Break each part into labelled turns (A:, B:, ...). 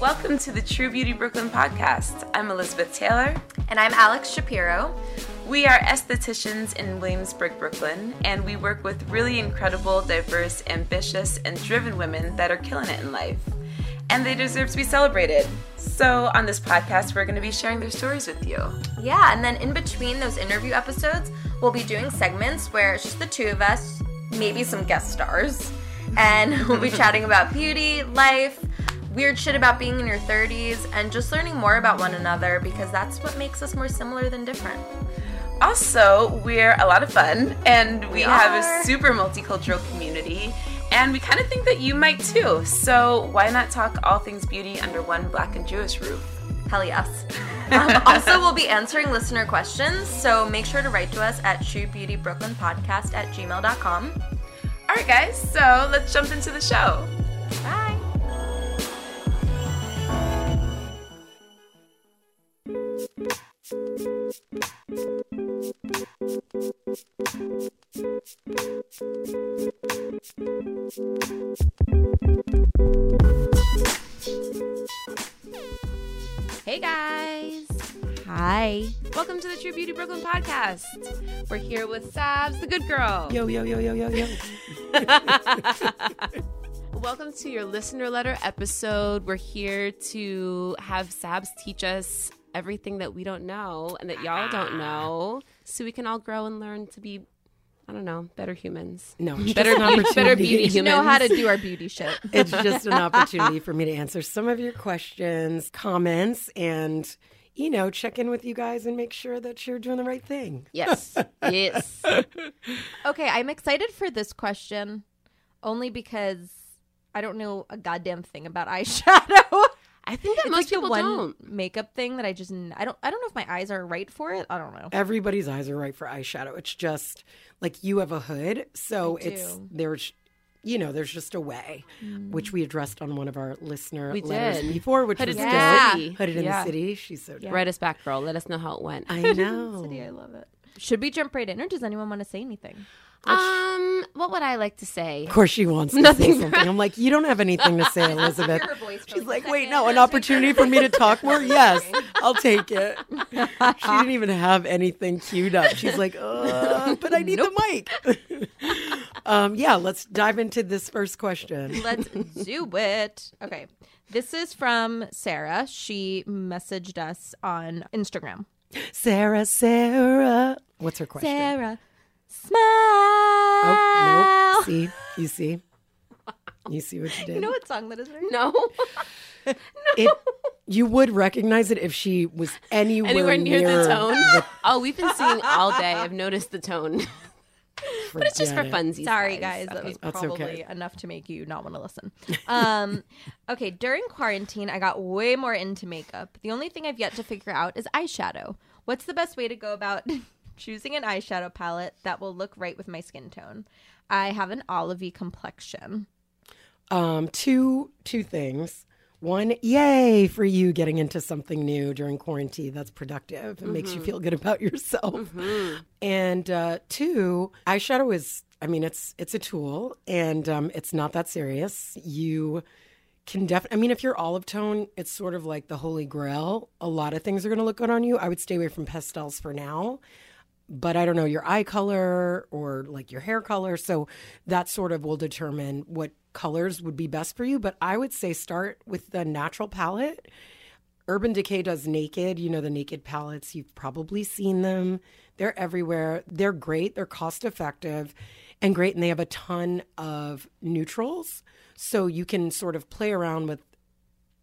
A: Welcome to the True Beauty Brooklyn podcast. I'm Elizabeth Taylor.
B: And I'm Alex Shapiro.
A: We are estheticians in Williamsburg, Brooklyn, and we work with really incredible, diverse, ambitious, and driven women that are killing it in life. And they deserve to be celebrated. So, on this podcast, we're going to be sharing their stories with you.
B: Yeah, and then in between those interview episodes, we'll be doing segments where it's just the two of us, maybe some guest stars, and we'll be chatting about beauty, life, weird shit about being in your 30s, and just learning more about one another because that's what makes us more similar than different.
A: Also, we're a lot of fun, and we,
B: We
A: have
B: are.
A: a super multicultural community, and we kind of think that you might too. So, why not talk all things beauty under one black and Jewish roof?
B: Hell yes. Um, also, we'll be answering listener questions, so make sure to write to us at truebeautybrooklynpodcast at gmail.com.
A: All right, guys, so let's jump into the show.
B: Bye.
A: Hey, guys.
C: Hi.
A: Welcome to the True Beauty Brooklyn podcast. We're here with Sabs, the good girl.
C: Yo, yo, yo, yo, yo, yo.
D: Welcome to your listener letter episode. We're here to have Sabs teach us everything that we don't know and that
B: Ah.
D: y'all don't know so we can all grow and learn to be, I don't know, better humans.
C: No, it's
D: Better,
C: just an
D: be- better
C: opportunity.
D: beauty humans.
B: Know how to do our beauty shit.
C: It's just an opportunity for me to answer some of your questions, comments, and, you know, check in with you guys and make sure that you're doing the right thing.
D: Yes. Yes.
B: Okay, I'm excited for this question only because I don't know a goddamn thing about eyeshadow.
D: I think that
B: It's
D: most
B: like the
D: people
B: one
D: don't.
B: makeup thing that I just I don't I don't know if my eyes are right for it. I don't know.
C: Everybody's eyes are right for eyeshadow. It's just like you have a hood. So
B: I
C: it's,
B: do.
C: there's, you know, there's just a way, which we addressed on one of our listener
D: We
C: letters
D: did.
C: before, which
D: Hooded
C: was
B: in
D: in the
B: the
C: dope.
D: city.
C: Hooded in
D: Yeah.
C: the City. She's so dope.
D: Write us back, girl. Let us know how it went.
C: I
B: City,
C: know.
B: I love it. Should we jump right in, or does anyone want to say anything?
D: Um, what would I like to say?
C: Of course, she wants to
D: Nothing
C: say something. I'm like, you don't have anything to say, Elizabeth.
B: Her voice for
C: She's
B: like
C: like,
B: a
C: wait,
B: second.
C: no, an opportunity for me to talk more? Yes, I'll take it. She didn't even have anything queued up. She's like, uh, but I need the mic. um, yeah, let's dive into this first question.
B: Let's do it. Okay, this is from Sarah. She messaged us on Instagram.
C: Sarah, Sarah. What's her question?
B: Sarah, smile.
C: Oh, nope. See, you see. You see what you did.
B: You know what song that is? Right?
D: No.
C: It, you would recognize it if she was anywhere,
D: Anywhere near
C: near
D: the tone. oh, we've been singing all day. I've noticed the tone. but it's just for
C: Forget it.
D: funsies.
B: Sorry, guys. That was
C: That's
B: probably
C: okay.
B: enough to make you not want to listen. Um, okay, during quarantine, I got way more into makeup. The only thing I've yet to figure out is eyeshadow. What's the best way to go about choosing an eyeshadow palette that will look right with my skin tone? I have an olivey complexion.
C: um, two two things. One, yay for you getting into something new during quarantine. That's productive. It makes you feel good about yourself. And uh, two, eyeshadow is. I mean, it's it's a tool, and um, it's not that serious. You can definitely. I mean, if you're olive tone, it's sort of like the holy grail. A lot of things are going to look good on you. I would stay away from pastels for now but I don't know your eye color or like your hair color. So that sort of will determine what colors would be best for you. But I would say start with the natural palette. Urban Decay does naked, you know, the naked palettes. You've probably seen them. They're everywhere. They're great. They're cost effective and great. And they have a ton of neutrals. So you can sort of play around with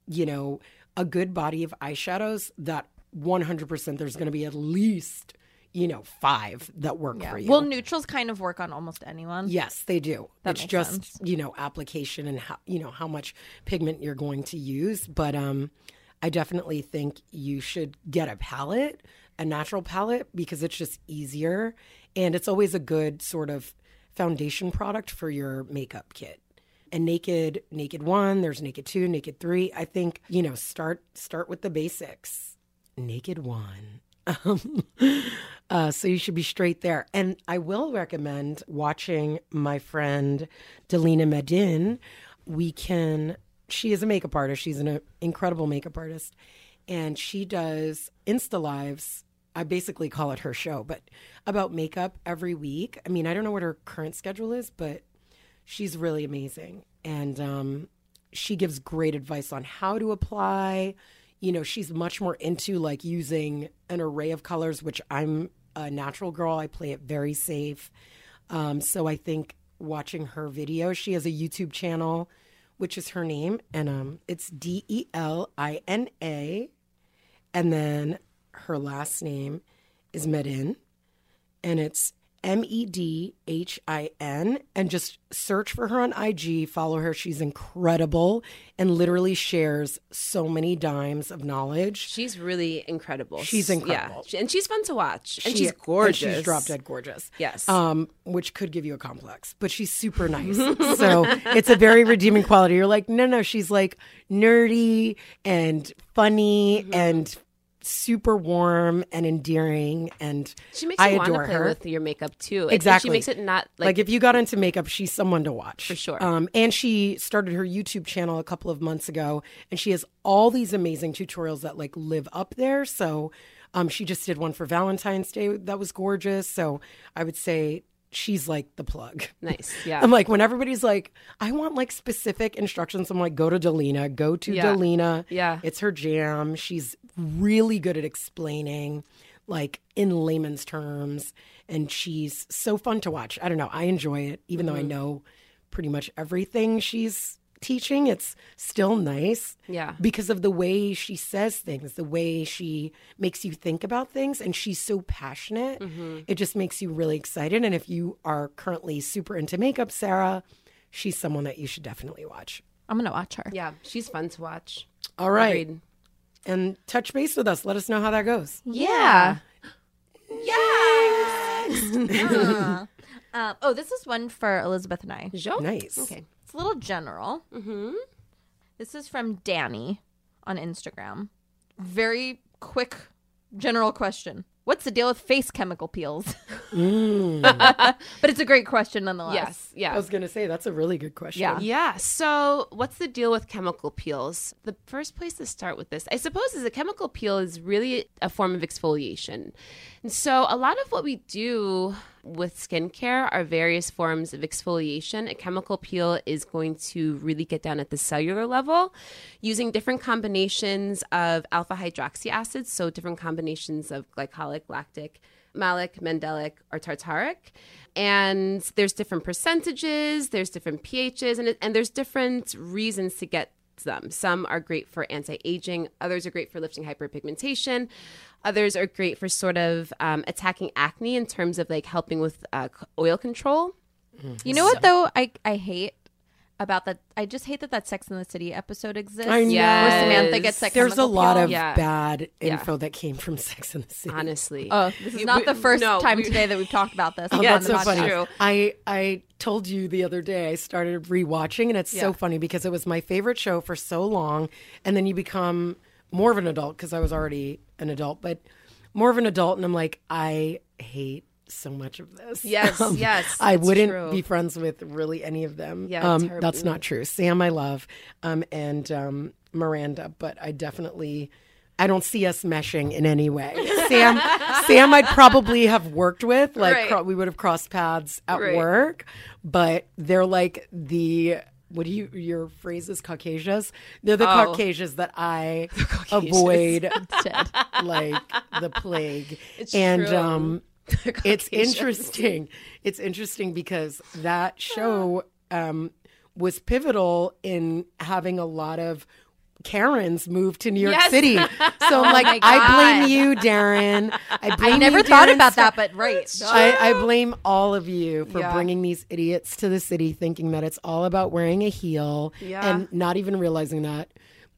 C: you know, a good body of eyeshadows that 100% there's going to be at least, you know, five that work for you.
E: Well, neutrals kind of work on almost anyone.
C: yes, they do.
E: That
C: it's
E: makes
C: just,
E: sense.
C: you know, application and how, you know, how much pigment you're going to use, but um I definitely think you should get a palette, a natural palette because it's just easier and it's always a good sort of foundation product for your makeup kit and naked naked one there's naked two naked three i think you know start start with the basics naked one um, uh, so you should be straight there and i will recommend watching my friend delina medin we can she is a makeup artist she's an uh, incredible makeup artist and she does insta lives I basically call it her show, but about makeup every week. I mean, I don't know what her current schedule is, but she's really amazing and um, she gives great advice on how to apply you know she's much more into like using an array of colors which i'm a natural girl i play it very safe um, so i think watching her video she has a youtube channel which is her name and um, it's d-e-l-i-n-a and then her last name is medin and it's M E D H I N. And just search for her on IG, follow her. She's incredible and literally shares so many dimes of knowledge.
D: She's really incredible.
C: She's
D: Yeah.
C: incredible.
D: She- And she's fun to watch. And
C: She-
D: she's gorgeous.
C: And she's drop dead gorgeous.
D: Yes.
C: Um, which could give you a complex, but she's super nice. so it's a very redeeming quality. You're like, no, no, she's like nerdy and funny
D: Mm-hmm.
C: and super warm and endearing and
D: She makes
C: I
D: you want to
C: adore
D: play
C: her.
D: with your makeup too. And- and
C: Exactly.
D: She makes it not
C: Like,
D: like,
C: if you got into makeup, she's someone to watch. For
D: sure.
C: Um, and she started her YouTube channel a couple of months ago, and she has all these amazing tutorials that like live up there. So um, she just did one for Valentine's Day that was gorgeous. So I would say she's like the plug.
D: nice. Yeah.
C: I'm like, when everybody's like, I want like specific instructions, I'm like, go to Delina, go to
D: Yeah.
C: Delina.
D: Yeah.
C: It's her jam. She's really good at explaining, like in layman's terms. And she's so fun to watch. I don't know. I enjoy it, even though I know pretty much everything she's teaching. It's still nice
D: Yeah.
C: because of the way she says things, the way she makes you think about things, and she's so passionate. It just makes you really excited. And if you are currently super into makeup, Sarah, she's someone that you should definitely watch.
E: I'm gonna watch her.
D: yeah. She's fun to watch.
C: All right.
D: Agreed.
C: And touch base with us. Let us know how that goes.
E: Yeah. Um, oh, this is one for Elizabeth and I.
D: Jo?
C: Nice.
D: Okay.
E: It's a little general.
D: Mm-hmm.
E: This is from Danny on Instagram. Very quick, general question. What's the deal with face chemical peels? but it's a great question nonetheless.
D: Mm. Yes. Yeah.
C: I was going to say, that's a really good question.
E: Yeah.
D: Yeah. So, what's the deal with chemical peels? The first place to start with this, I suppose, is a chemical peel is really a form of exfoliation. And so, a lot of what we do with skincare are various forms of exfoliation. A chemical peel is going to really get down at the cellular level using different combinations of alpha hydroxy acids, so different combinations of glycolic, lactic, malic, mandelic, or tartaric. And there's different percentages, there's different pHs, and, and there's different reasons to get to them. Some are great for anti aging, others are great for lifting hyperpigmentation, others are great for sort of um, attacking acne in terms of like helping with uh, c- oil control.
E: You know what though? I I hate about that. I just hate that that Sex in the City episode exists.
C: I know.
E: Where Samantha gets that.
C: There's a
E: chemical
C: lot
E: peel.
C: of
D: Yeah.
C: bad
D: Yeah.
C: info that came from Sex and the City.
D: Honestly.
E: Oh, this is not the first
D: no,
E: time
D: we-
E: today that we've talked about this.
C: Oh,
E: on
C: that's
E: the
C: so
E: podcast.
C: funny. I I told you the other day I started rewatching, and it's so funny because it was my favorite show for so long, and then you become more of an adult because I was already an adult, but more of an adult, and I'm like, I hate so much of this.
D: Yes, yes,
C: I
D: it's
C: wouldn't
D: true.
C: be friends with really any of them.
D: Yeah,
C: um,
D: terrible.
C: that's not true. Sam, I love, um, and um, Miranda, but I definitely. I don't see us meshing in any way. Sam, Sam, I'd probably have worked with. Like
F: Right.
C: cro- we would have crossed paths at
F: Right.
C: work, but they're like the. What do you your phrase is Caucasias? They're the
D: Oh.
C: Caucasias that I avoid like the plague. and
D: true.
C: um it's
D: Caucasians.
C: interesting. It's interesting because
D: Ah.
C: that show um was pivotal in having a lot of Karen's move to New York
D: Yes. Oh
C: City. So I'm like, I blame you, Darren. I blame
F: I never
C: you,
F: thought
C: Darren
F: about
C: Star-
F: that, but right.
C: I, I blame all of you for
D: Yeah.
C: bringing these idiots to the city thinking that it's all about wearing a heel
D: Yeah.
C: and not even realizing that,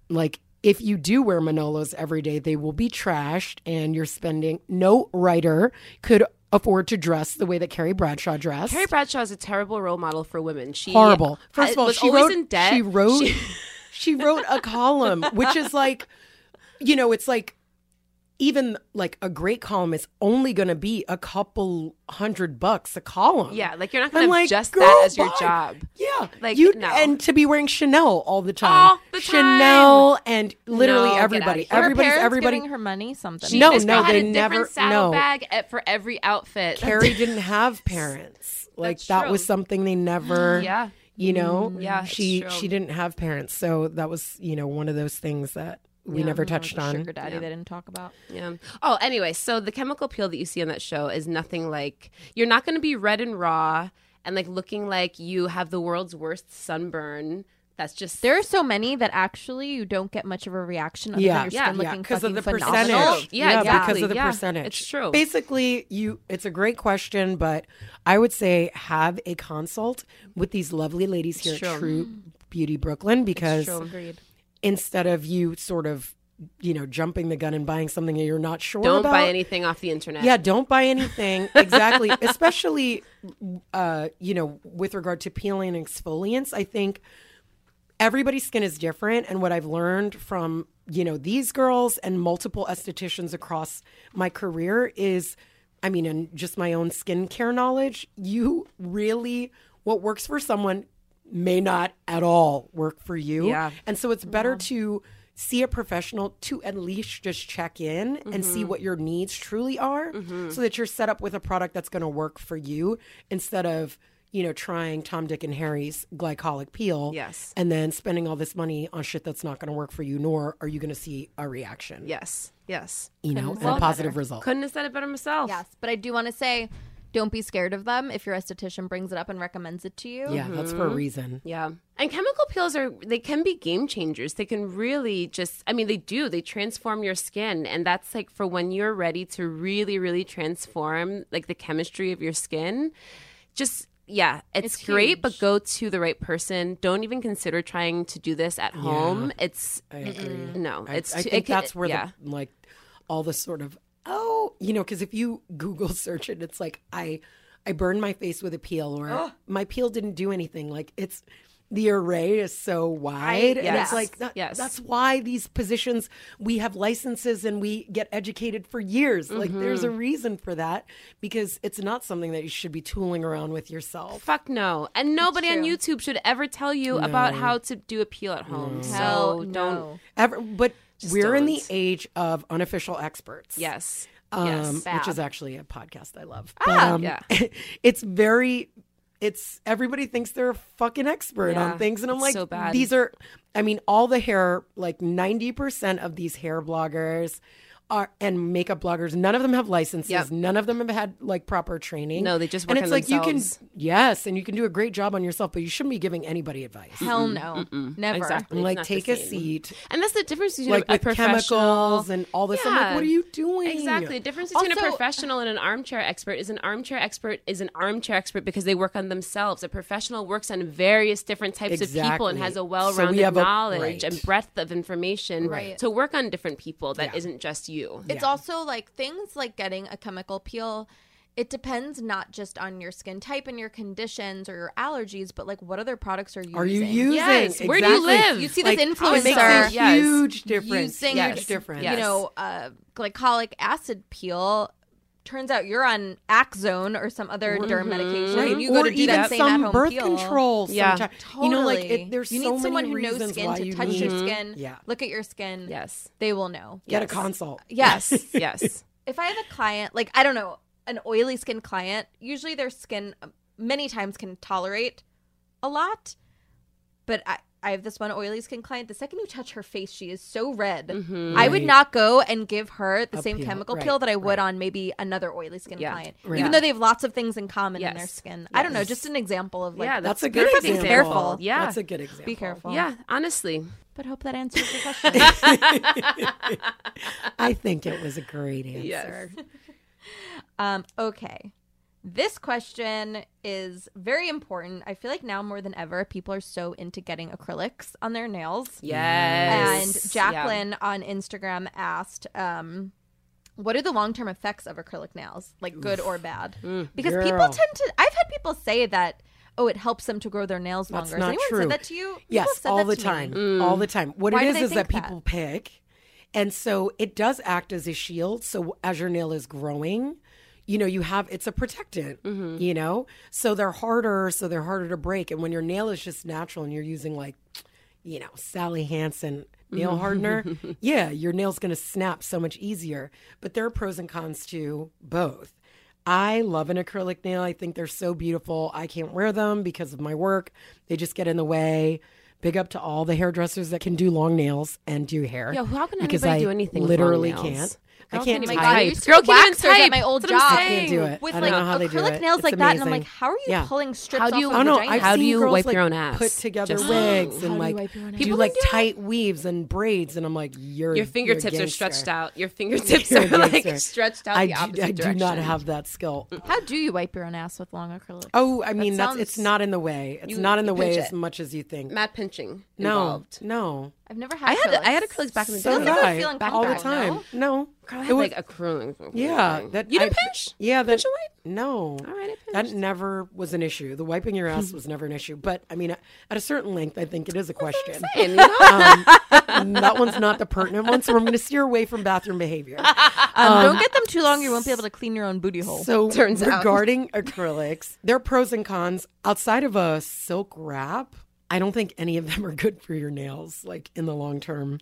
C: like, if you do wear Manolos every day, they will be trashed and you're spending. No writer could afford to dress the way that Carrie Bradshaw dressed.
D: Carrie Bradshaw is a terrible role model for women. She
C: Horrible. First
D: ha-
C: of all,
D: was
C: she
D: always
C: wrote,
D: in debt.
C: she wrote, she, wrote a column, which is like, you know, it's like, even like a great column is only going to be a couple hundred bucks a column.
D: yeah, like you're not
C: I'm
D: gonna
C: like,
D: adjust
C: "Girl,
D: that as your
C: bye."
D: job.
C: Yeah,
D: Like,
C: you
D: no.
C: and to be wearing Chanel all the time,
D: All the time.
C: Chanel and literally
D: No, get
C: everybody,
D: outta here.
C: everybody's
B: parents
C: everybody.
B: giving her money something.
C: No,
D: This
C: no,
D: girl had
C: they
D: a
C: never- no.
D: different saddlebag at- for every outfit.
C: Carrie didn't have parents. Like
D: That's
C: that
D: true.
C: was something they never.
D: Yeah. Mm-hmm.
C: you know.
D: Yeah, it's
C: she
D: true.
C: she didn't have parents, so that was you know one of those things that we never
D: Mm-hmm.
C: touched on.
B: Sugar daddy they didn't talk about.
D: Yeah. Oh, anyway, so the chemical peel that you see on that show is nothing like you're not going to be red and raw and like looking like you have the world's worst sunburn. That's just
B: There are so many that actually you don't get much of a reaction. Other
C: Yeah,
B: than your
C: yeah,
B: skin looking
C: because of the
B: fucking
C: percentage.
B: phenomenal.
D: Oh, Yeah, exactly.
C: because of the
D: Yeah,
C: percentage.
D: it's true.
C: Basically, you. It's a great question, but I would say have a consult with these lovely ladies here at True Beauty Brooklyn because instead of you sort of, you know, jumping the gun and buying something that you're not sure
D: don't
C: about,
D: buy anything off the internet.
C: yeah, don't buy anything. Exactly. Especially, uh, you know, with regard to peeling and exfoliants, I think everybody's skin is different. And what I've learned from, you know, these girls and multiple estheticians across my career is, I mean, and just my own skincare knowledge, you really, what works for someone may not at all work for you.
D: Yeah.
C: And so it's better to see a professional to at least just check in and see
D: Mm-hmm.
C: what your needs truly are so that you're set up with a product that's going to work for you instead of, you know, trying Tom, Dick, and Harry's glycolic peel.
D: Yes.
C: And then spending all this money on shit that's not going to work for you, nor are you going to see a reaction,
D: Yes. Yes.
C: you know, and a positive result.
D: Couldn't have said it better myself.
B: Yes, but I do want to say, don't be scared of them. If your esthetician brings it up and recommends it to you,
C: Yeah, that's for a reason.
D: Yeah. And chemical peels are, they can be game changers. They can really just, I mean, they do, they transform your skin. And that's like for when you're ready to really, really transform like the chemistry of your skin. Just, yeah, it's, great, but go to the right person. Don't even consider trying to do this at home. It's, no,
C: I,
D: it's,
C: I
D: too-
C: think
D: it can-
C: that's where
D: yeah.
C: the like all the sort of oh you know because if you Google search it, it's like I I burned my face with a peel or my peel didn't do anything. Like it's the array is so wide, and
D: yes,
C: it's like that,
D: yes.
C: that's why these positions we have licenses and we get educated for years. Like there's
D: Mm-hmm.
C: a reason for that because it's not something that you should be tooling around with yourself.
D: Fuck no. And nobody on YouTube should ever tell you about how to do a peel at home. So don't.
C: Ever, but we're in the
D: don't.
C: age of unofficial experts.
D: Yes.
C: um,
D: yes. Ah,
C: which is actually a podcast I love. But, um,
D: yeah.
C: it's very, it's everybody thinks they're a fucking expert
D: Yeah,
C: on things, and I'm
D: it's
C: like,
D: so bad.
C: these are, I mean, all the hair, like ninety percent of these hair bloggers. Are, and makeup bloggers, none of them have licenses.
D: Yep.
C: None of them have had like proper training.
D: No, they just
C: and
D: work
C: it's
D: on
C: like
D: themselves.
C: you can yes, and you can do a great job on yourself, but you shouldn't be giving anybody advice.
B: Hell no, never.
D: Exactly.
C: I'm
D: Mm-hmm. It's
C: like
D: not the
C: take a
D: same.
C: seat,
D: And that's the difference between
C: like
D: a, a
C: with
D: professional
C: chemicals and all this. I'm like,
D: Yeah.
C: what are you doing?
D: Exactly. The difference between
B: Also-
D: a professional and an armchair expert is an armchair expert is an armchair expert because they work on themselves. A professional works on various different types of people
C: Exactly.
D: and has
C: So
D: a
C: we
D: well-rounded
C: have a- right.
D: knowledge and breadth of information
B: Right.
D: to work on different people That not just you.
B: It's also like things like getting a chemical peel. It depends not just on your skin type and your conditions or your allergies, but like what other products are you
C: Are you
B: using?
C: using? oh,
D: Yes. Where do you live?
B: You see this
D: Oh,
C: It makes a
B: influencer-
D: Yes.
C: huge difference.
B: Using
C: huge
D: Yes.
C: difference.
D: Yes.
B: You know, uh, glycolic acid peel. Turns out you're on Axone or some other derm medication.
C: Mm-hmm. Right?
B: And you go
C: or
B: to do
C: even
B: that same
C: some
B: at-home
C: birth
B: peel.
C: control.
D: Yeah.
C: sometime.
B: Totally.
C: You know, like it, there's
B: you
C: so
B: need
C: many
B: someone who knows
C: reasons
B: skin
C: why
B: to
C: you
B: touch
C: need
B: your skin,
C: Yeah.
B: look at your skin.
D: Yes.
B: They will know.
C: get a consult.
B: Yes.
D: Yes.
B: if I have a client, like I don't know, an oily skin client, usually their skin um, many times can tolerate a lot. But I, I have this one oily skin client. The second you touch her face, she is so red.
D: Mm-hmm.
B: I would not go and give her the
C: A
B: same
C: peel,
B: chemical
C: right,
B: peel that I would on maybe another oily skin
D: Yeah,
B: client,
C: right.
B: even though they have lots of things in common in their
D: Yes,
B: skin. I don't know, just an example of like,
D: yeah,
C: That's
D: that's,
C: a good
B: be
C: example.
B: fucking careful.
D: Yeah.
C: That's a good example.
B: be careful.
D: yeah, honestly.
C: Mm.
B: but hope that answers your question.
C: I think it was a great answer.
B: Um, okay. This question is very important. I feel like now more than ever, people are so into getting acrylics on their nails.
D: Yes.
B: And
D: Yeah.
B: Jacqueline on Instagram asked, um, what are the long term effects of acrylic nails, like good or bad? because people
C: girl.
B: tend to, I've had people say that, oh, it helps them to grow their nails longer.
C: That's
B: Has
C: not
B: anyone
C: true.
B: said that to you? People have
C: Yes,
B: said
C: all
B: that
C: the
B: to me.
C: time. All the time. What
B: Why
C: it
B: do
C: is
B: they
C: is that
B: think that?
C: people pick. And so it does act as a shield. So as your nail is growing, you know, you have it's a protectant,
D: Mm-hmm.
C: you know? So they're harder, so they're harder to break. And when your nail is just natural and you're using like, you know, Sally Hansen nail
D: Mm-hmm.
C: hardener, yeah, your nail's going to snap so much easier. But there are pros and cons to both. I love an acrylic nail. I think they're so beautiful. I can't wear them because of my work. They just get in the way. Big up to all the hairdressers that can do long nails and do hair.
D: Yeah, how can
C: because
D: anybody
C: I
D: do anything with long
C: Literally
D: nails?
C: can't. I
D: Girl
C: can't
D: can't even
B: Like, I
C: type.
B: used to
D: Girl
B: get
D: can't even
B: waxers at
D: type.
B: my old
D: That's what I'm
B: job.
C: I can't do it.
B: With
C: I don't
B: like
C: know how they do
B: acrylic
C: it.
B: nails
C: It's
B: like that, and I'm
C: amazing.
B: like, how are you
C: Yeah.
B: pulling strips
D: How do
B: off
D: you-
B: of
C: Oh no!
B: vagina?
C: I've
D: How do
C: seen
D: you
C: girls,
D: wipe
C: like,
D: your own ass?
C: Put together
D: Just-
C: wigs and like
B: wipe your own ass?
C: do like tight weaves and braids, and I'm like, you're
D: Your fingertips are stretched out. Your fingertips are like stretched out
C: I
D: the
C: do,
D: opposite
C: I do
D: direction. Mm.
C: not have that skill.
B: How do you wipe your own ass with long acrylic?
C: Oh, I mean, that's it's
B: sounds-
C: not in the way. It's not in the
D: you
C: way
D: pinch
C: as
D: it.
C: much as you think.
D: Matt pinching
C: no,
D: involved.
C: no.
B: I've never had.
D: I had
B: acrylics.
D: I had acrylics back in the day.
C: So
B: did
C: did
B: I
C: I
B: feel
C: all the
B: uncomfortable,
C: time. No,
D: Girl, I
C: It
D: had
C: was-
D: like acrylic.
C: Yeah, that
D: you didn't
C: I-
D: pinch.
C: Yeah, that
D: Pinch away?
C: no.
D: All right, I
C: that
D: pinched.
C: never was an issue. The wiping your ass was never an issue. But I mean, at a certain length, I think it is a question.
D: And, you know,
C: Um, that one's not the pertinent one, so I'm going to steer away from bathroom behavior.
B: Um, don't get them too long; you won't be able to clean your own booty hole.
C: So
D: Turns out.
C: regarding acrylics, there are pros and cons. Outside of a silk wrap, I don't think any of them are good for your nails, like in the long term.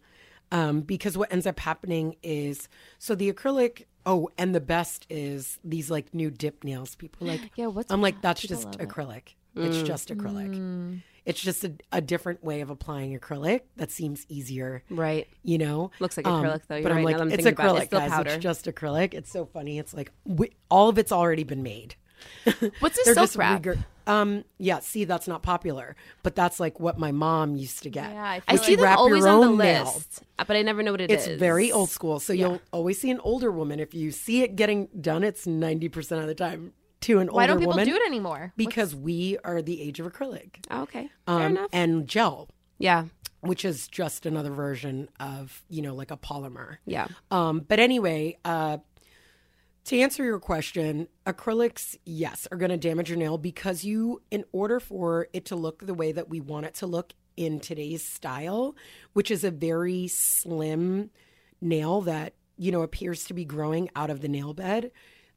C: Um, because what ends up happening is so the acrylic oh, and the best is these like new dip nails. People are like
B: Yeah, what's
C: I'm like, that's just acrylic. It's just acrylic. It's just a, a different way of applying acrylic that seems easier
D: right.
C: you know Um,
D: Looks like acrylic, though. You're
C: but i'm
D: right.
C: like
D: Now that I'm
C: it's
D: thinking about it,
C: acrylic
D: it's still
C: guys
D: powder.
C: it's just acrylic it's so funny it's like we, all of it's already been made
D: What's a
C: they're
D: silk
C: just
D: wrap?
C: regur- um yeah see that's not popular but that's like what my mom used to get
B: Yeah, I
D: I
B: feel
C: Which
D: see
C: you
D: them
C: wrap
D: always
C: your
D: on the
C: own nail.
D: list, uh, but I never know what it
C: it's
D: is.
C: very old school so you'll always see an older woman if you see it getting done it's 90% of the time to an older
B: Why don't people
C: woman
B: do it anymore?
C: because we are the age of acrylic
D: Oh, okay. Fair
C: um,
D: enough.
C: and gel
D: Yeah.
C: which is just another version of you know like a polymer
D: Yeah.
C: Um, but anyway, uh, to answer your question, acrylics, yes, are going to damage your nail because you, in order for it to look the way that we want it to look in today's style, which is a very slim nail that, you know, appears to be growing out of the nail bed,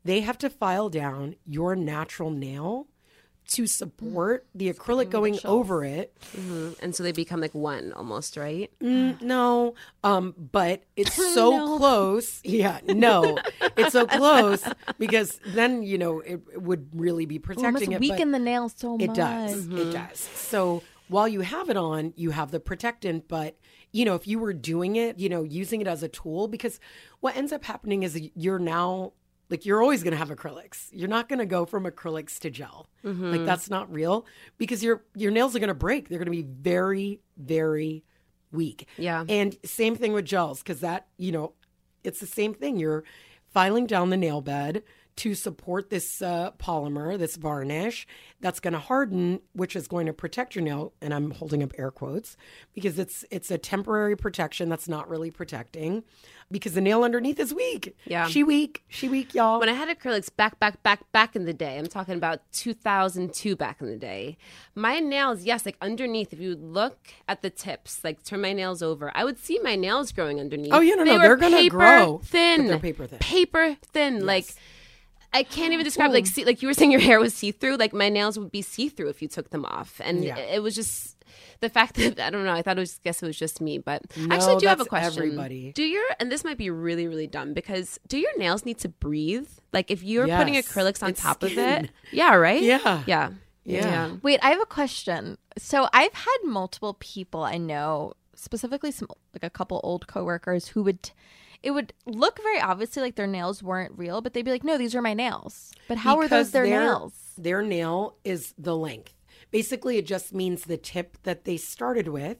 C: they have to file down your natural nail to support the acrylic going over it Mm-hmm.
D: Mhm. And so they become like one almost, right?
C: Mm, no, um, but it's so close. Yeah, no, it's so close because then you know it, it would really be protecting
B: must
C: it. but
B: weaken the Mm-hmm. nail so much.
C: it does. It does. So while you have it on, you have the protectant, but you know if you were doing it, you know using it as a tool because what ends up happening is you're now like you're always going to have acrylics. You're not going to go from acrylics to gel.
B: Mm-hmm.
C: Like that's not real because your your nails are going to break. They're going to be very very weak.
D: Yeah.
C: And same thing with gels, because that, you know, it's the same thing. You're filing down the nail bed to support this uh, polymer, this varnish that's going to harden, which is going to protect your nail. And I'm holding up air quotes because it's it's a temporary protection that's not really protecting because the nail underneath is weak.
D: Yeah.
C: she weak, she weak, y'all.
D: When I had acrylics back, back, back, back in the day, I'm talking about 2002 back in the day, my nails, yes, like underneath, if you would look at the tips, like turn my nails over, I would see my nails growing underneath.
C: Oh, yeah, no,
D: They
C: no,
D: were
C: they're gonna
D: paper
C: grow, but
D: Thin.
C: they're paper thin.
D: Paper thin. Like, I can't even describe like see, like you were saying your hair was see through. Like my nails would be see through if you took them off, and
C: Yeah.
D: it, it was just the fact that I don't know. I thought it was guess it was just me, but
C: No,
D: actually, I do have a
C: that's
D: question.
C: everybody.
D: Do your and this might be really really dumb because do your nails need to breathe? Like if you're putting
C: Yes.
D: acrylics on
C: It's
D: top of
C: skin.
D: it, yeah, right?
C: Yeah.
D: yeah,
C: Yeah.
B: Wait, I have a question. So I've had multiple people I know, specifically some like a couple old coworkers who would it would look very obviously like their nails weren't real, but they'd be like, "No, these are my nails." But how are
C: Because
B: those their nails?
C: Their nail is the length. Basically, it just means the tip that they started with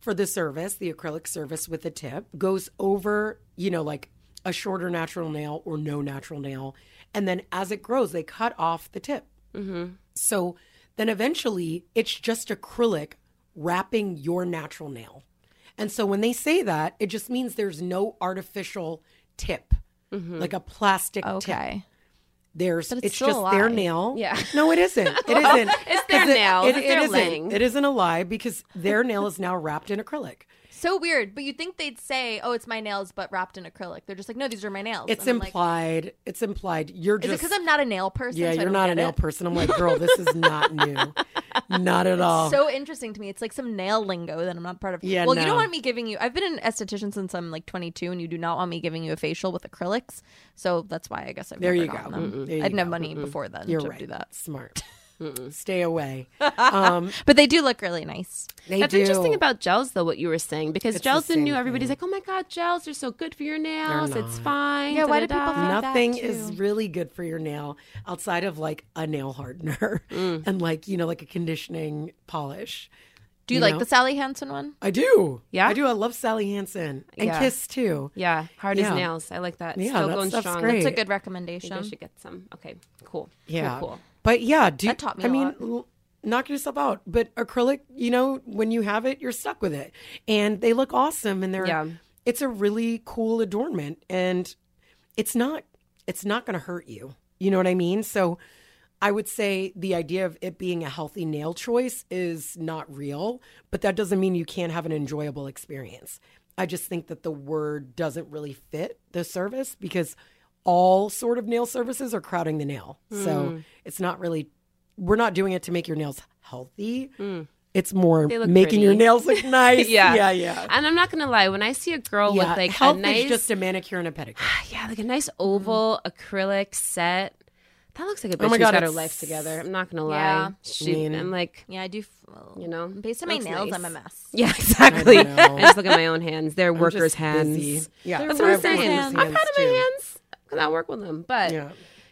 C: for the service, the acrylic service with the tip, goes over, you know, like a shorter natural nail or no natural nail. And then as it grows, they cut off the tip.
B: Mm-hmm.
C: So then eventually it's just acrylic wrapping your natural nail. And so when they say that, it just means there's no artificial tip, like a plastic tip.
B: Mm-hmm. Okay.
C: There's
B: But it's
C: it's,
B: still
C: just
B: a
C: their
B: lie.
C: nail.
D: Yeah.
C: No, it isn't. It isn't.
D: It's their
C: 'Cause it-
D: nail.
C: It,
D: It's
C: it
D: their
C: isn't.
D: ling.
C: It isn't a lie because their nail is now wrapped in acrylic.
B: So weird, but you'd think they'd say, "Oh, it's my nails, but wrapped in acrylic." They're just like, "No, these are my nails."
C: It's
B: And I'm like,
C: implied. it's implied. You're
B: Is
C: just
B: it because I'm not a nail person?
C: yeah.
B: so I
C: You're
B: don't
C: not
B: get
C: a nail
B: it?
C: person. I'm like, girl, this is not new. not at all.
B: so interesting to me. It's like some nail lingo that I'm not part of.
C: Yeah,
B: Well, you
C: no.
B: don't want me giving you. I've been an esthetician since I'm like 22, and you do not want me giving you a facial with acrylics. So that's why I guess I've
C: There
B: never
C: you go.
B: gotten them.
C: Mm-mm. There you
B: I didn't have
C: go.
B: money before then
C: you're
B: to
C: right.
B: do that.
C: Smart. Stay away. Um,
B: But they do look really nice.
C: they
D: That's
C: do.
D: interesting about gels, though. What you were saying, because
C: It's the
D: gels
C: same
D: and new, everybody's
C: thing.
D: like, "Oh my god, gels are so good for your nails. It's
C: not.
D: fine."
B: Yeah, why do people
D: da-da-da."
B: think that
C: Nothing
B: too.
C: is really good for your nail outside of like a nail hardener
B: Mm.
C: and like, you know, like a conditioning polish.
B: Do you,
C: You
B: like
C: know?
B: the Sally Hansen one?
C: I do.
D: Yeah?
C: I do. I love Sally Hansen and
D: Yeah.
C: Kiss too.
D: Yeah, hard as
C: Yeah.
D: nails. I like that.
C: Yeah,
D: Still
C: that
D: going
C: stuff's
D: strong.
C: great.
B: It's a good
D: Maybe I
B: recommendation.
D: should get some. Okay, cool.
C: Yeah.
D: Cool. cool.
C: But yeah, do,
B: That taught me
C: I
B: a
C: mean,
B: lot.
C: l- knock yourself out. But acrylic, you know, when you have it, you're stuck with it. And they look awesome and they're
D: Yeah.
C: it's a really cool adornment and it's not it's not going to hurt you. You know what I mean? So I would say the idea of it being a healthy nail choice is not real, but that doesn't mean you can't have an enjoyable experience. I just think that the word doesn't really fit the service because all sort of nail services are crowding the nail.
D: Hmm.
C: So it's not really we're not doing it to make your nails healthy. It's more
D: Hmm. They look
C: making your
D: pretty.
C: nails look nice.
D: Yeah.
C: yeah, yeah.
D: And I'm not gonna lie, when I see a girl
C: yeah.
D: with like
C: health
D: a nice,
C: is just a manicure and a pedicure.
D: yeah, like a nice
C: Mm-hmm.
D: oval acrylic set. That looks like a bitch
C: Oh my
D: who's
C: God,
D: got her
C: it's-
D: life together. I'm not gonna lie.
B: Yeah.
D: She,
C: Mean.
D: I'm like,
B: Yeah, I do. f- well,
D: you know,
B: based on my
D: looks
B: nails,
D: nice.
B: I'm a mess.
D: Yeah, exactly.
C: I don't know.
D: I, just look at my own hands. They're
C: Oh. I'm
D: workers'
C: just
D: hands.
C: busy. Yeah,
D: That's
C: I
D: what I'm
C: have workers'
D: saying. I'm proud of my
C: too.
D: hands because I work with them. But yeah,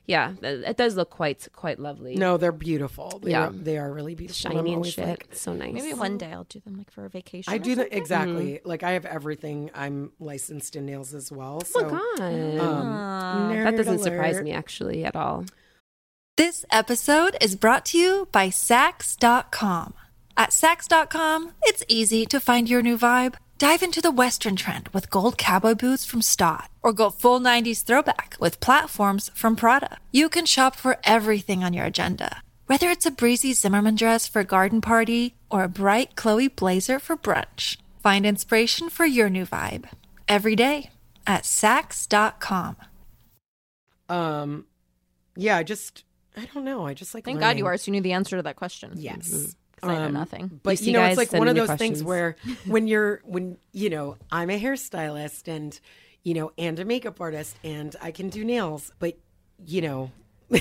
C: Yeah.
D: th- it does look quite quite lovely.
C: No, they're beautiful. They
D: Yeah.
C: are, they are really beautiful. I'm
D: shiny and
C: always
D: shit.
C: like-
D: so nice.
B: Maybe one day I'll do them like for a vacation.
C: I
B: or
C: do
B: something.
C: that exactly.
D: Mm-hmm.
C: Like I have everything. I'm licensed in nails as well.
D: Oh
C: So
D: my god.
C: um,
D: that
C: nerd
D: doesn't surprise
C: alert.
D: me actually at all.
E: This episode is brought to you by Sax.com. At Sax.com, it's easy to find your new vibe. Dive into the Western trend with gold cowboy boots from Stott, or go full 90s throwback with platforms from Prada. You can shop for everything on your agenda. Whether it's a breezy Zimmerman dress for a garden party or a bright Chloe blazer for brunch, find inspiration for your new vibe every day at Sax.com.
C: Um, yeah, I just I don't know. I just like.
B: Thank God you
C: learning.
B: ours who knew the answer to that question.
C: Yes.
B: 'Cause I know nothing.
C: Mm-hmm. But
D: Um, You
C: you,
D: see,
C: know,
D: guys,
C: it's like
D: send
C: one
D: in
C: of
D: your
C: those things
D: questions.
C: where when you're when you know, I'm a hairstylist and you know, and a makeup artist and I can do nails, but you know,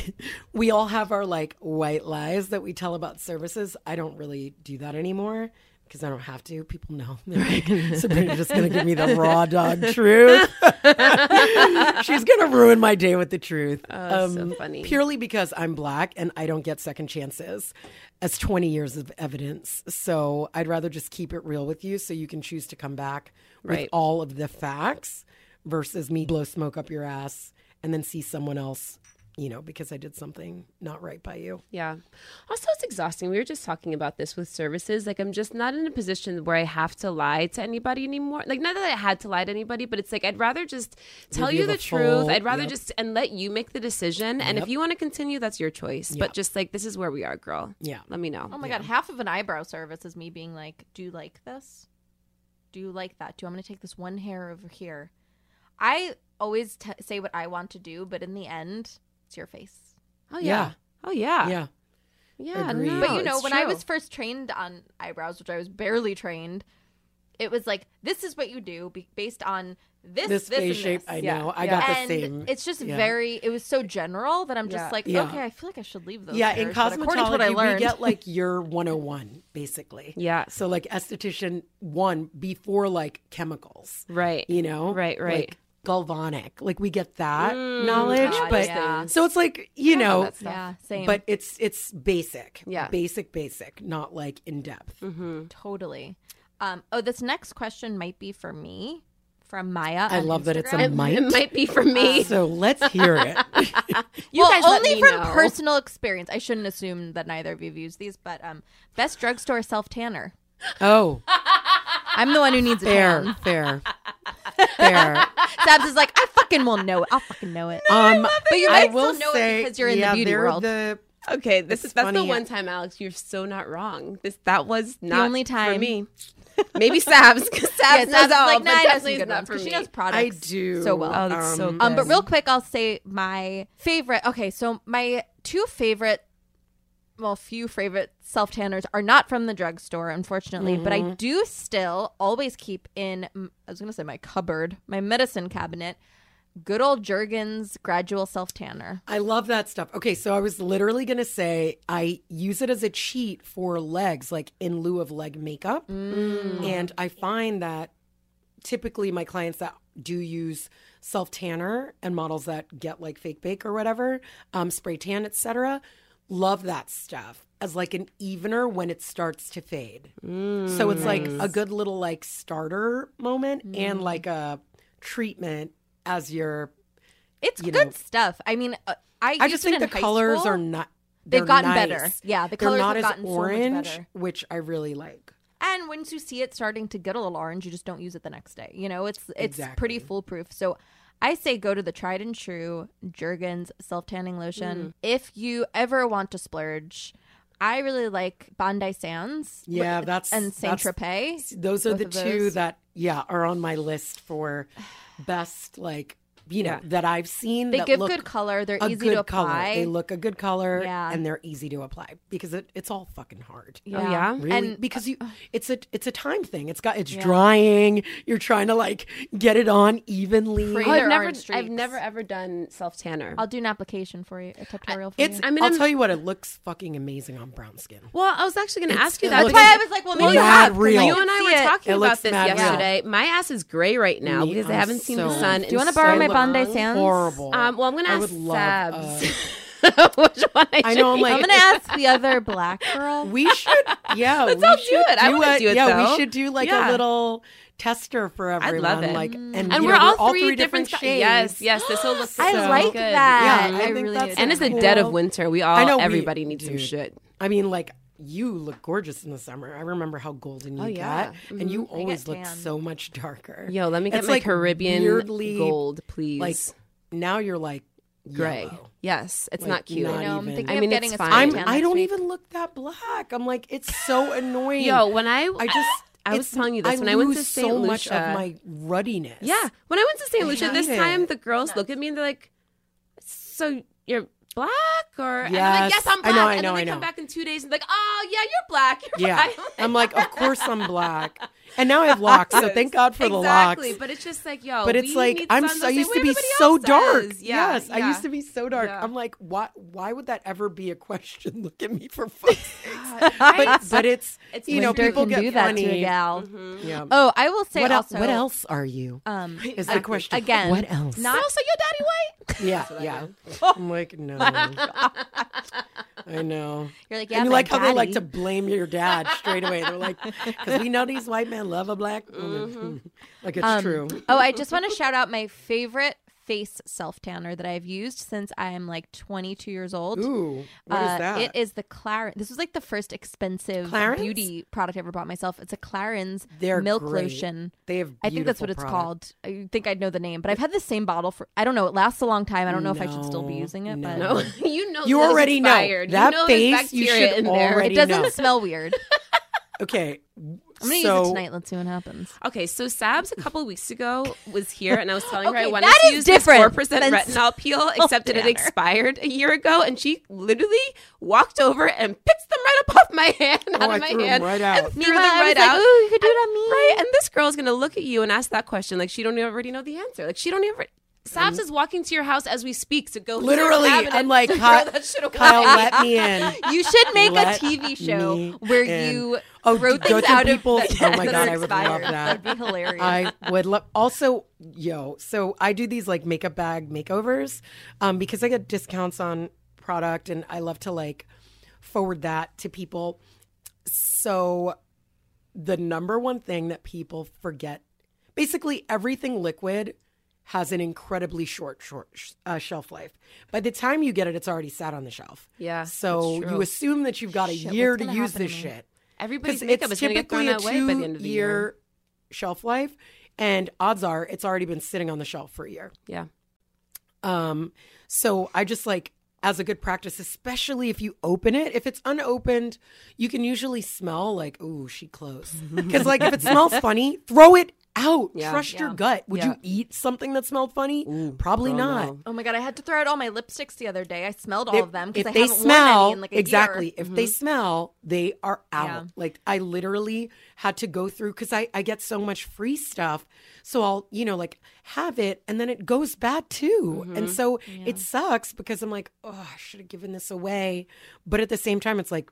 C: we all have our like white lies that we tell about services. I don't really do that anymore. Because I don't have to. People know. They're like, Sabrina's just going to give me the raw dog truth. She's going to ruin my day with the truth.
B: Oh,
C: Um,
D: that's so funny.
C: Purely because I'm black and I don't get second chances. That's 20 years of evidence. So I'd rather just keep it real with you so you can choose to come back
D: Right.
C: with all of the facts versus me blow smoke up your ass and then see someone else, you know, because I did something not right by you.
D: Yeah. Also, it's exhausting. We were just talking about this with services. Like, I'm just not in a position where I have to lie to anybody anymore. Like, not that I had to lie to anybody, but it's like I'd rather just tell
C: Give
D: you
C: you
D: the,
C: the
D: truth.
C: full-
D: I'd rather
C: yep.
D: just and let you make the decision. And if you want to continue, that's your choice. But just like this is where we are, girl.
C: Yeah.
D: Let me know.
B: Oh my god, half of an eyebrow service is me being like, "Do you like this? Do you like that? Do you want me to take this one hair over here?" I always t- say what I want to do, but in the end, it's your face.
D: Oh
C: Yeah.
D: yeah. Oh yeah.
C: yeah.
D: Yeah.
C: Agreed.
D: no,
C: But
B: But you know,
D: it's
B: when I
D: true.
B: was first trained on eyebrows, which I was barely trained, it was like this is what you do be- based on this,
C: This
B: this,
C: face
B: and
C: shape,
B: this.
C: I
D: Yeah.
C: know. I
D: Yeah.
C: got
B: and
C: the same.
B: it's just
C: yeah.
B: very. It was so general that I'm just
D: Yeah.
B: like,
C: Yeah.
B: okay, I feel like I should leave those.
C: Yeah, in
B: hairs, but according to what I
C: cosmetology, we
B: learned,
C: get like your 101, basically.
D: Yeah.
C: So, like, esthetician one before like chemicals,
D: right.
C: you know?
D: Right, right.
C: Like, galvanic. Like, we get that
D: Mm,
C: knowledge.
D: God,
C: but
B: Mm, yeah.
C: so it's like, you know,
B: yeah, same,
C: but it's it's basic.
D: Yeah.
C: Basic, basic, not like in depth.
D: Mm-hmm.
B: totally. Um, oh, this next question might be for me, from Maya.
C: I
B: on
C: love that it's a
B: Instagram.
C: might.
D: It might be for me.
C: So let's hear it.
D: you
B: well,
D: guys let
B: only
D: me
B: from
D: know.
B: personal experience. I shouldn't assume that neither of you have used these, but um, best drugstore self tanner.
C: oh,
B: I'm the one who needs a tan.
C: fair, fair, fair.
B: Sabs is like, I fucking will know it. I'll fucking know it.
C: Um,
B: But you
C: I
B: might
C: will
B: still know it
C: say,
B: because you're in the
C: yeah,
B: beauty
C: they're
B: world.
C: The,
D: Okay, this
C: It's
D: is that's the
C: funny.
D: one time, Alex. You're so not wrong. This that was not
B: only time.
D: for me. Maybe Sabs, because Sabs
B: Sabs
D: knows
B: is
D: all,
B: like,
D: but
B: nah, I know some good
D: definitely is
B: ones,
D: not for
B: 'cause
D: me.
B: She knows
C: I
B: products
C: do
B: so well.
D: Oh, that's so good.
B: Um, but real quick, I'll say my favorite. Okay, so my two favorite, well, few favorite self tanners are not from the drugstore, unfortunately. But
C: Mm-hmm.
B: I do still always keep in. m- I was gonna say my cupboard, my medicine cabinet. Good old Jergens gradual self tanner.
C: I love that stuff. Okay, so I was literally going to say I use it as a cheat for legs, like in lieu of leg makeup. And I find that typically my clients that do use self tanner and models that get like fake bake or whatever, um, spray tan, etc., love that stuff as like an evener when it starts to fade. so it's like a good little like starter moment and like a treatment as your
B: It's
C: You
B: good
C: know.
B: stuff. I mean, uh, I
C: I
B: used
C: just
B: it
C: think the
B: in high
C: colors
B: school.
C: are not.
B: They've
C: they're
B: gotten better.
C: nice.
B: Yeah, the
C: they're
B: colors
C: not
B: have
C: as
B: gotten so much
C: orange,
B: better.
C: which I really like.
B: And once you see it starting to get a little orange, you just don't use it the next day. You know, it's it's pretty foolproof. So I say go to the tried and true Jergens self tanning
C: Mm.
B: lotion if you ever want to splurge. I really like Bondi Sands.
C: Yeah, that's
B: and Saint
C: that's-
B: Tropez.
C: Those are the
B: Both of
C: two
B: those.
C: that yeah are on my list for best like you know that I've seen.
B: They
C: that
B: give
C: look
B: good color. They're
C: a
B: easy
C: good
B: to
C: color.
B: apply.
C: They look a good color,
B: Yeah.
C: and they're easy to apply because it, it's all fucking hard.
B: yeah.
D: yeah?
C: Really?
B: Uh-huh. And- uh,
C: because you, it's a it's a time thing. It's got it's drying. You're trying to like get it on evenly.
B: Pre-
D: Oh,
B: There
D: I've never,
B: aren't
D: I've
B: streaks.
D: never ever done self tanner.
B: I'll do an application for you, a tutorial for
C: It's.
B: you.
C: I
D: I mean,
C: will
D: I'm-
C: tell you what. It looks fucking amazing on brown skin.
D: Well, I was actually going to ask you
C: it
D: that.
C: looks
B: That's why I
D: because
B: was like, well,
C: Well,
B: maybe
C: you
B: you
C: had
B: have.
C: real.
D: You and I
B: see
D: were
B: it.
D: talking
C: It looks
D: about this
C: mad real.
D: yesterday. My ass is gray right now
C: Me,
D: because I
C: I'm
D: haven't seen the
C: so-
D: sun.
B: Do you wanna
D: in
B: borrow
D: so
B: my
D: long.
B: Bondi Sands?
C: Horrible.
D: Um, well, I'm going to
C: I
D: ask
C: would love,
D: Sabs. Which one I,
C: I know, I'm
D: should
C: like-
B: uh, I'm
D: use.
B: gonna ask the other black girl.
C: uh, We should, yeah, we
D: all do
C: should
D: it. I wanna
C: a-
D: do it,
C: Yeah,
D: though.
C: we should do like a
D: Yeah.
C: little tester for everyone.
D: love it.
C: Like, and, you
D: and
C: know,
D: we're all, three,
C: different,
D: different,
C: shades.
D: styles. Yes, yes. This will look.
B: I
D: so
B: like
D: good.
B: that.
C: Yeah,
B: I,
C: I think
B: really
C: that's
B: do.
D: And it's the dead of
C: Cool.
D: winter. We all,
C: I know, we-
D: everybody needs some
C: dude.
D: shit.
C: I mean, like you look gorgeous in the summer. I remember how golden you
D: Oh, yeah. Mm-hmm.
C: got, and you always
B: get
C: look
B: tan.
C: so much darker.
D: Yo, let me get
C: It's,
D: my
C: like,
D: Caribbean
C: weirdly,
D: gold, please.
C: Like now you're like
D: gray.
C: yellow.
D: Yes, it's
C: Like,
D: not cute.
C: not
B: I know, I'm
C: even.
B: thinking
D: I
B: of
D: mean,
B: getting
D: it's
B: a
D: fine.
C: I'm.
B: suntan
C: I
B: next
C: don't
B: week.
C: even look that black. I'm like, it's so annoying.
D: Yo, when I
C: I just.
D: I was
C: it's-
D: telling you this
C: I
D: when I went to
C: lose
D: St.
C: so
D: Lucia.
C: much of my ruddiness.
D: yeah, when I went to St. Lucia this
C: hate
D: time,
C: it.
D: the girls look at me and they're like, "So you're black?" Or and I'm
C: Yes.
D: like, "Yes, I'm
C: I
D: black."
C: know, I
D: and
C: know,
D: then
C: I
D: they
C: know.
D: come back in two days and they're like, "Oh yeah, you're black." You're
C: Yeah.
D: black.
C: I'm like, of course I'm black. And now I have locks, so thank God for the locks.
D: Exactly, but it's just like yo.
C: But it's
D: we
C: like
D: need
C: I'm
D: sun
C: so
D: the
C: I
D: same
C: used
D: way
C: to be
D: everybody
C: so
D: else
C: dark.
D: does. Yeah,
C: yes, I
D: yeah.
C: used to be so dark.
D: Yeah.
C: I'm like, what? Why would that ever be a question? Look at me for fuck's sakes. but but it's,
D: It's
C: you know
B: Winter
C: people
B: can
C: get
B: do that
C: funny.
B: to a gal.
C: Yeah.
D: Mm-hmm.
B: Oh, I will say
C: what, el-
B: also.
C: what else are you?
B: Um,
C: Is the question
B: again,
C: What else?
B: Not
D: Also, your daddy white.
C: yeah, yeah. I'm like, no. I know.
B: you're like yeah,
C: and you
B: my
C: like how they like to
B: daddy.
C: blame your dad straight away. They're like, because we know these white men love a black
B: Mm-hmm.
C: woman. like it's true.
B: oh, I just want to shout out my favorite face self tanner that I've used since I'm like 22 years old.
C: Ooh, what is
B: Uh,
C: that?
B: It is the Clarins. This was like the first expensive
C: Clarins?
B: beauty product I ever bought myself. It's a Clarins
C: They're
B: milk
C: great.
B: lotion.
C: They have.
B: I think that's what it's
C: beautiful products.
B: called. I think I know the name, but I've had the same bottle for I don't know. It lasts a long time. I don't know if I should still be
C: No,
B: using it, but
C: no.
D: you know,
C: You
D: this is
C: already know.
D: expired.
C: That
D: you know there's
C: face, you
D: bacteria
C: should
D: in there.
C: already-
B: it doesn't
C: know.
B: smell weird.
C: Okay.
B: I'm gonna
C: so
B: use it tonight. Let's see what happens.
D: Okay, so Sabs a couple weeks ago was here, and I was telling her I
B: Okay,
D: wanted
B: that
D: to
B: is
D: use
B: different
D: four percent
B: than
D: retinol
C: Oh,
D: peel, except that it
B: Tanner.
D: expired a year ago, and she literally walked over and picked them right up off my hand, out
C: Oh, I
D: of my
C: threw 'em
D: hand,
C: right out.
D: and threw them
B: Meanwhile, I
D: right
B: was like,
D: out.
B: "Ooh, you could do it on me."
D: Right, and this girl's gonna look at you and ask that question, like she don't e-, already know the answer, like she don't even. Sabs is walking to your house as we speak to go to your
C: Literally,
D: cabinet
C: I'm like,
D: to throw
C: Kyle,
D: that shit away.
C: Kyle, let me in.
B: You should make
C: Let
B: a TV show
C: me
B: where
C: in.
B: you
C: Oh,
B: throw
C: to go
B: things
C: to
B: out
C: people?
B: of
C: Oh
B: that
C: my God,
B: are
C: I would love
B: expired. That'd
C: that.
B: be hilarious.
C: I would love. Also, yo, so I do these like makeup bag makeovers um, because I get discounts on product, and I love to like forward that to people. So, the number one thing that people forget, basically everything liquid has an incredibly short short sh- uh, shelf life. By the time you get it, it's already sat on the shelf.
D: Yeah,
C: So
D: that's
C: you
D: true.
C: assume that you've got a
B: Shit,
C: year
B: what's
C: to
B: gonna
C: use
B: happen to
C: this
B: me?
C: shit.
D: Everybody's
C: Because
D: makeup is
C: it's
D: gonna get thrown
C: typically a
D: away by the end of the year.
C: two-year shelf life, and odds are it's already been sitting on the shelf for a year.
D: Yeah.
C: Um, so I just like as a good practice, especially if you open it. If it's unopened, you can usually smell like, "Ooh, she close." Because like if it smells funny, throw it out. Trust your gut. Would you eat something that smelled funny? Probably not.
B: Oh my god, I had to throw out all my lipsticks the other day. I smelled all of them
C: If
B: because I
C: they
B: haven't worn
C: smell,
B: any in like a
C: exactly.
B: year. Mm-hmm.
C: If they smell, they are out.
B: Yeah.
C: Like I literally had to go through because I I get so much free stuff, so I'll you know like have it and then it goes bad too,
B: Mm-hmm.
C: and so it sucks because I'm like, oh, I should have given this away, but at the same time, it's like,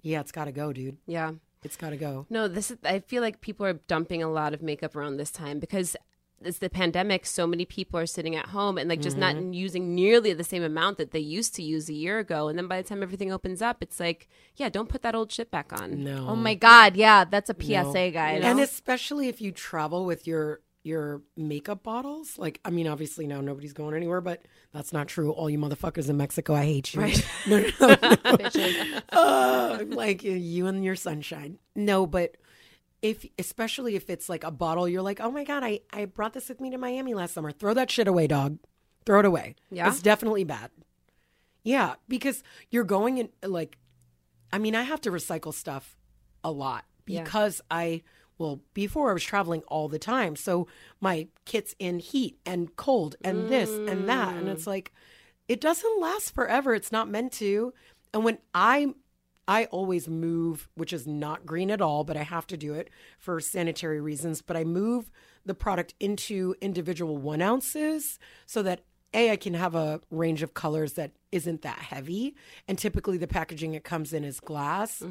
C: yeah, it's got to go, dude.
D: Yeah.
C: It's got to go.
D: No, this is, I feel like people are dumping a lot of makeup around this time because it's the pandemic. So many people are sitting at home and like just not using nearly the same amount that they used to use a year ago. And then by the time everything opens up, it's like, yeah, don't put that old shit back on.
C: No.
B: Oh my god, yeah, that's a PSA, guys.
C: And especially if you travel with your your makeup bottles. Like, I mean, obviously now nobody's going anywhere, but that's not true. All you motherfuckers in Mexico, I hate you. No, no, no. no. Uh, I'm like you and your sunshine. No, but if especially if it's like a bottle, you're like, oh my god, I I brought this with me to Miami last summer. Throw that shit away, dog. Throw it away.
D: Yeah?
C: it's definitely bad. Yeah, because you're going in like, I mean, I have to recycle stuff a lot
D: Yeah.
C: because I well before I was traveling all the time, so my kit's in heat and cold and this and that, and
D: Mm.
C: it's like it doesn't last forever. It's not meant to. And when I I always move, which is not green at all, but I have to do it for sanitary reasons. But I move the product into individual one ounces so that A, I can have a range of colors that isn't that heavy. And typically the packaging it comes in is glass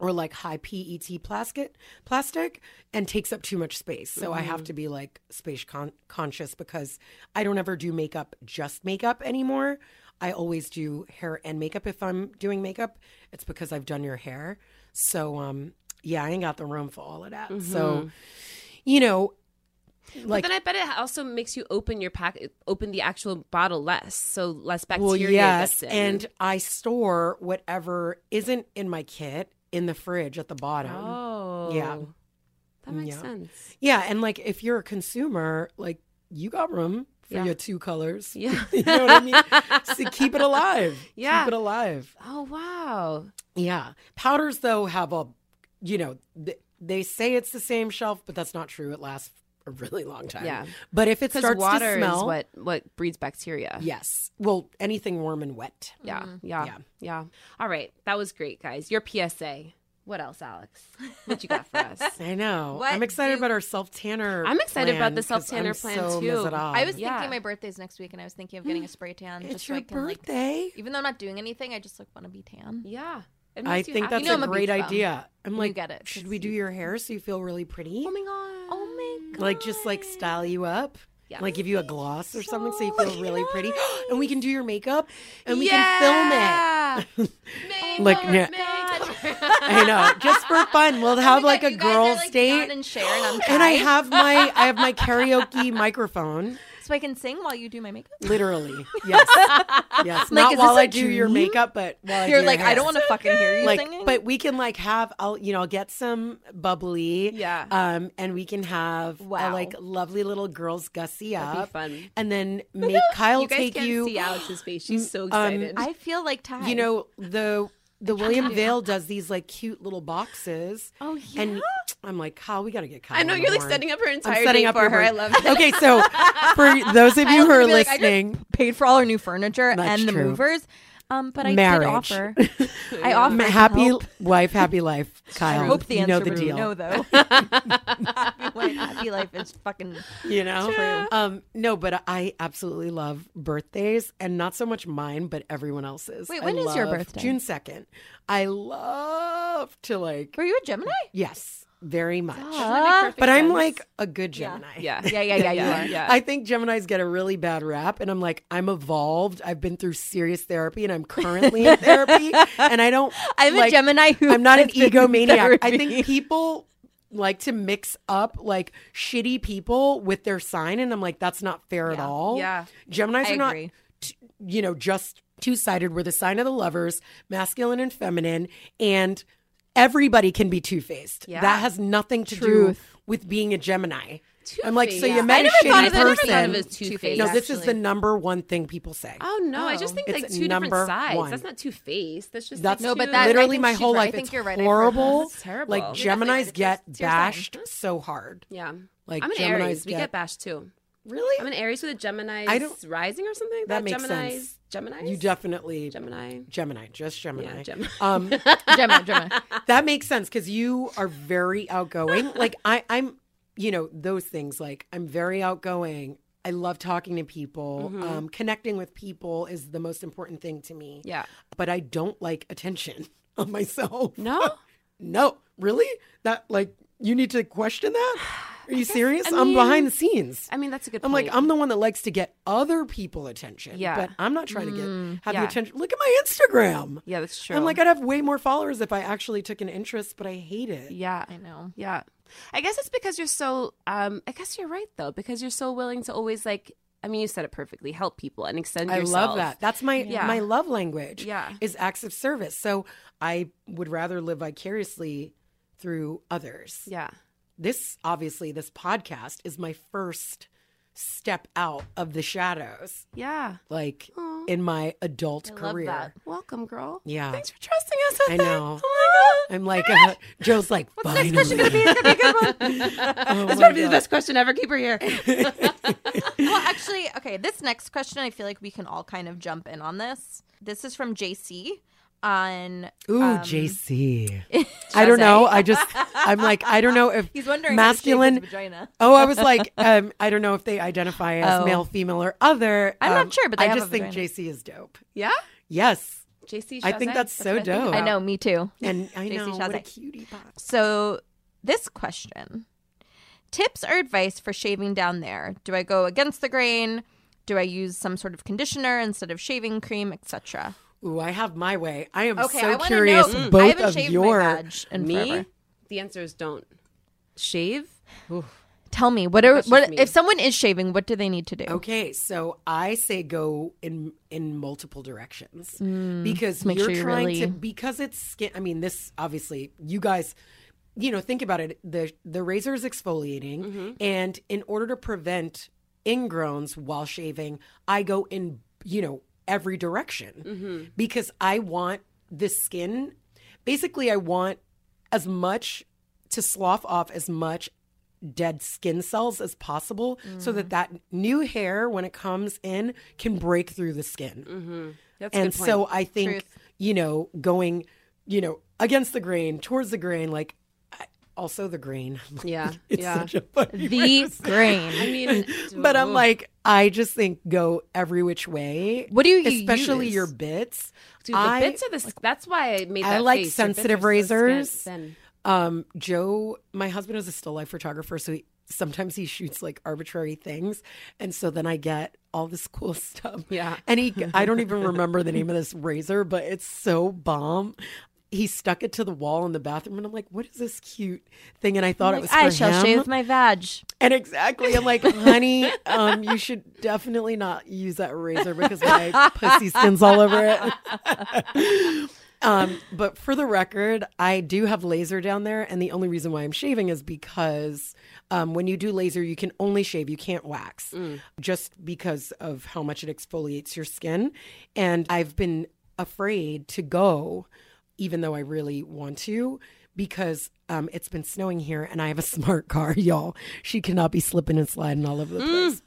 C: or like high PET plastic plastic and takes up too much space. So I have to be like space con- conscious because I don't ever do makeup just makeup anymore. I always do hair and makeup if I'm doing makeup. It's because I've done your hair. So um yeah, I ain't got the room for all of that. So you know like
D: Mm-hmm. but then I bet it also makes you open your pack, open the actual bottle less. So less bacteria.
C: well, yes,
D: gets in.
C: and I store whatever isn't in my kit in the fridge at the bottom.
D: oh,
C: Yeah.
D: That makes
C: Yeah.
D: sense.
C: Yeah, and like if you're a consumer, like you got room for
D: Yeah.
C: your two colors.
D: Yeah.
C: you know what I mean? So keep it alive.
D: Yeah.
C: Keep it alive.
D: Oh, wow.
C: Yeah. Powders though have a you know, th- they say it's the same shelf, but that's not true. It lasts a really long time.
D: Yeah.
C: But if it
D: Because
C: starts
D: water
C: to smell
D: is what, what breeds bacteria.
C: Yes. Well, anything warm and wet.
D: Yeah, yeah,
C: Mm-hmm. Yeah.
D: yeah, All right, that was great, guys. Your PSA. What else, Alex?
C: Um,
D: What you got for us?
C: I know.
B: What
C: I'm excited
B: do-
C: about our self tanner.
D: I'm excited about the self-tanner plan, too.
B: I was
D: Yeah.
B: thinking my birthays next week, and I was thinking of getting a spray tan.
C: Mm, It's
B: just so
C: your
B: I can, like-
C: birthday.
B: even though I'm not doing anything, I just like want to be tan.
D: yeah, it
C: I
D: makes you
C: think
D: happy.
C: that's
B: You know I'm
C: a
B: a beach
C: great
B: bum.
C: idea. I'm
B: You
C: like,
B: get it,
C: should
B: 'cause
C: we do your hair so you feel really pretty?
D: Oh my god!
B: Oh my god!
C: like just like style you up,
D: Yeah.
C: like give you a gloss or something so you feel really pretty, and we can do your makeup and we can film it.
D: film
B: oh
C: Like, yeah. I know, just for fun. We'll have like a
B: you guys are,
C: girls
B: like,
C: date,
B: down and share, and I'm
C: and I
B: tired.
C: have my I have my karaoke microphone.
B: so I can sing while you do my makeup.
C: Literally, yes, yes. Not
B: is this
C: while
B: a
C: I do your
B: dream?
C: makeup, but while I do
B: You're
C: your
B: like, I
C: hair.
B: don't want to fucking hear you
C: like
B: singing.
C: but we can like have i'll you know i'll get some bubbly
D: Yeah.
C: um and we can have a
B: Wow.
C: like lovely little girls gussy
D: That'd
C: up
D: be fun.
C: and then make kyle
D: You guys
C: take
D: can't
C: you Mm,
D: see Alex's face; she's so excited.
B: I feel like Ty.
C: you know the the William Vale does these like cute little boxes.
D: Oh,
C: And I'm like, Kyle, we got to get Kyle.
D: I know
C: on the
D: you're like
C: horn.
D: setting up her
C: I'm
D: entire
C: setting
D: date
C: up
D: for
C: your
D: her. I
C: horn.
D: love it.
C: Okay, so for those of you who are
B: Like, I just
C: listening,
B: paid for all our new furniture
C: That's
B: and the
C: true.
B: movers. Um, but I
C: Marriage.
B: did offer. I offered
C: Ma-
B: to
C: happy
B: help.
C: wife, happy life, Kyle.
B: I hope the
C: you
B: answer
C: know the
B: was
C: deal.
B: no, though. happy, wife, happy life is fucking.
C: you know um no but i absolutely love birthdays and not so much mine but everyone else's
B: Wait,
C: I
B: when is your
C: love-
B: birthday?
C: june 2nd i love to like
B: Were you a Gemini?
C: yes very much
B: Ah,
C: but i'm like a good gemini
D: yeah,
B: yeah, yeah, yeah, you
D: yeah,
B: are.
D: yeah.
C: I think Gemini's get a really bad rap, and I'm like, I'm evolved. I've been through serious therapy, and I'm currently in therapy, and I don't.
B: I'm a
C: like,
B: Gemini who.
C: I'm not an
B: has been in
C: egomaniac. I
B: therapy.
C: think people like to mix up like shitty people with their sign, and I'm like, that's not fair at all.
D: yeah.
C: Gemini's
B: I
C: are not,
B: agree.
C: t- you know, just two sided. We're the sign of the lovers, masculine and feminine, and everybody can be two faced.
D: Yeah.
C: That has nothing to
B: Truth.
C: do with being a Gemini. I'm like, so you
D: Two-faced.
C: met
D: I
C: a
D: never
C: shitty
D: thought of it- I never
C: person.
D: thought of it as two-faced,
C: no, this is the
B: actually.
C: number one thing people say.
D: Oh no, I just think
C: It's
D: like two different
C: number
D: sides.
C: one.
D: That's not two faced. That's just
C: That's
D: like,
B: No, but
D: two-
B: that- I
C: literally
B: think
C: my
B: she's
C: whole
B: right. I
C: life.
B: think
C: it's
B: you're right. I've heard
C: horrible.
D: that. That's terrible.
C: Like
D: You're
C: Gemini's
B: definitely right.
C: get
B: It's your sign.
C: bashed so hard.
D: yeah.
C: Like
D: I'm an
C: Gemini's
D: Aries. We
C: get-
D: get bashed too.
C: Really?
D: I'm an Aries with a Gemini
C: I don't-
D: rising or something. Like
C: That
D: that,
C: makes
D: Gemini's,
C: sense.
D: Gemini.
C: you definitely
D: Gemini.
C: Gemini, just Gemini.
D: Yeah, Gemini.
C: Um,
B: Gemini, Gemini.
C: that makes sense because you are very outgoing. like I, I'm, you know, those things. Like I'm very outgoing. I love talking to people.
B: Mm-hmm.
C: Um, connecting with people is the most important thing to me.
D: Yeah.
C: But I don't like attention on myself.
D: No.
C: No, really? That like you need to question that? Are you serious?
D: I
C: I am behind
D: mean-
C: the scenes.
D: I mean, that's a good.
C: I'm
D: point.
C: like, I'm the one that likes to get other people attention.
D: Yeah. Mm,
C: But I'm not trying to get have
D: yeah.
C: the attention. Look at my Instagram.
D: Yeah, that's true.
C: I'm like, I'd have way more followers if I actually took an interest, but I hate it.
D: Yeah.
B: I know.
D: Yeah. I guess it's because you're so um I guess you're right though, because you're so willing to always like I mean you said it perfectly, help people and extend
C: I
D: yourself.
C: love that. That's my
D: Yeah.
C: my love language.
D: Yeah.
C: Is acts of service. So I would rather live vicariously through others.
D: Yeah.
C: This obviously this podcast is my first step out of the shadows.
D: Yeah.
C: Like
D: Aw.
C: in my adult
B: love
C: career.
B: that.
D: Welcome, girl.
C: Yeah.
D: Thanks for trusting us. with
C: I
D: that.
C: know.
D: Oh my god.
C: I'm like, uh, Joe's like, finally. Oh
D: That's
C: my
D: gonna be the
C: God.
D: best question ever. Keep her here.
B: Well, actually, okay, this next question, I feel like we can all kind of jump in on this. This is from JC on.
C: Ooh,
B: um,
C: JC. I don't know. I just, I'm like, I don't know if
B: He's wondering about the shape of
C: masculine.
B: his vagina.
C: Oh, I was like, um, I don't know if they identify as
B: Oh.
C: male, female, or other.
B: I'm not
C: Um,
B: sure, but they
C: I
B: have
C: just
B: a
C: think
B: vagina.
C: JC is dope.
D: yeah?
C: Yes,
D: JC
C: I think
D: Chazet.
C: that's so
D: what think
C: dope.
D: about.
B: I know, me too.
C: and I
B: JC
C: know what a
B: Chazet.
C: cutie pie.
B: So, this question tips or advice for shaving down there? Do I go against the grain? Do I use some sort of conditioner instead of shaving cream, etc.?
C: Ooh, I have my way. I am
B: Okay,
C: so
B: I want to know. Mm.
C: curious. Both
B: I haven't
C: of
B: shaved
C: your
B: my badge in
D: Me?
B: forever.
D: The answer is don't shave.
B: Tell me, what are
D: That's just
B: what
D: me.
B: if someone is shaving? What do they need to do?
C: Okay, so I say go in in multiple directions because
B: Hmm. make
C: you're
B: sure you
C: trying to
B: really-
C: because it's skin. I mean, this obviously you guys, you know, think about it. the The razor is exfoliating,
B: Mm-hmm.
C: and in order to prevent ingrowns while shaving, I go in you know every direction
B: Mm-hmm.
C: because I want the skin. Basically, I want as much to slough off as much dead skin cells as possible so
D: Mm.
C: that that new hair when it comes in can break through the skin
D: Mm-hmm. That's a
C: and
D: good point.
C: so i think
B: Truth.
C: you know going you know against the grain towards the grain like I, also the grain
D: Yeah.
C: it's
D: yeah.
C: such a funny way
B: The
C: to say-
B: grain.
D: I mean
C: but i'm
D: ooh.
C: like i just think go every which way
B: What do you
C: especially
B: use?
C: your bits
D: Dude, the
C: I-
D: bits are the. that's why I made.
C: I
D: That
C: like
D: face. Your bits
C: sensitive
D: are so skin-
C: razors.
D: thin.
C: Um, Joe, my husband is a still life photographer, so he, sometimes he shoots like arbitrary things, and so then I get all this cool stuff.
D: Yeah.
C: and he, I don't even remember the name of this razor, but it's so bomb. He stuck it to the wall in the bathroom, and I'm like, "What is this cute thing?" And I thought it was. For
B: I shall
C: him.
B: shave my vag.
C: And exactly, I'm like, honey, um, you should definitely not use that razor because my pussy skin's all over it. um, but for the record, I do have laser down there, and the only reason why I'm shaving is because um, when you do laser, you can only shave, you can't wax,
B: Mm.
C: just because of how much it exfoliates your skin. And I've been afraid to go even though I really want to, because um, it's been snowing here and I have a smart car, y'all. She cannot be slipping and sliding all over the
B: Mm.
C: place.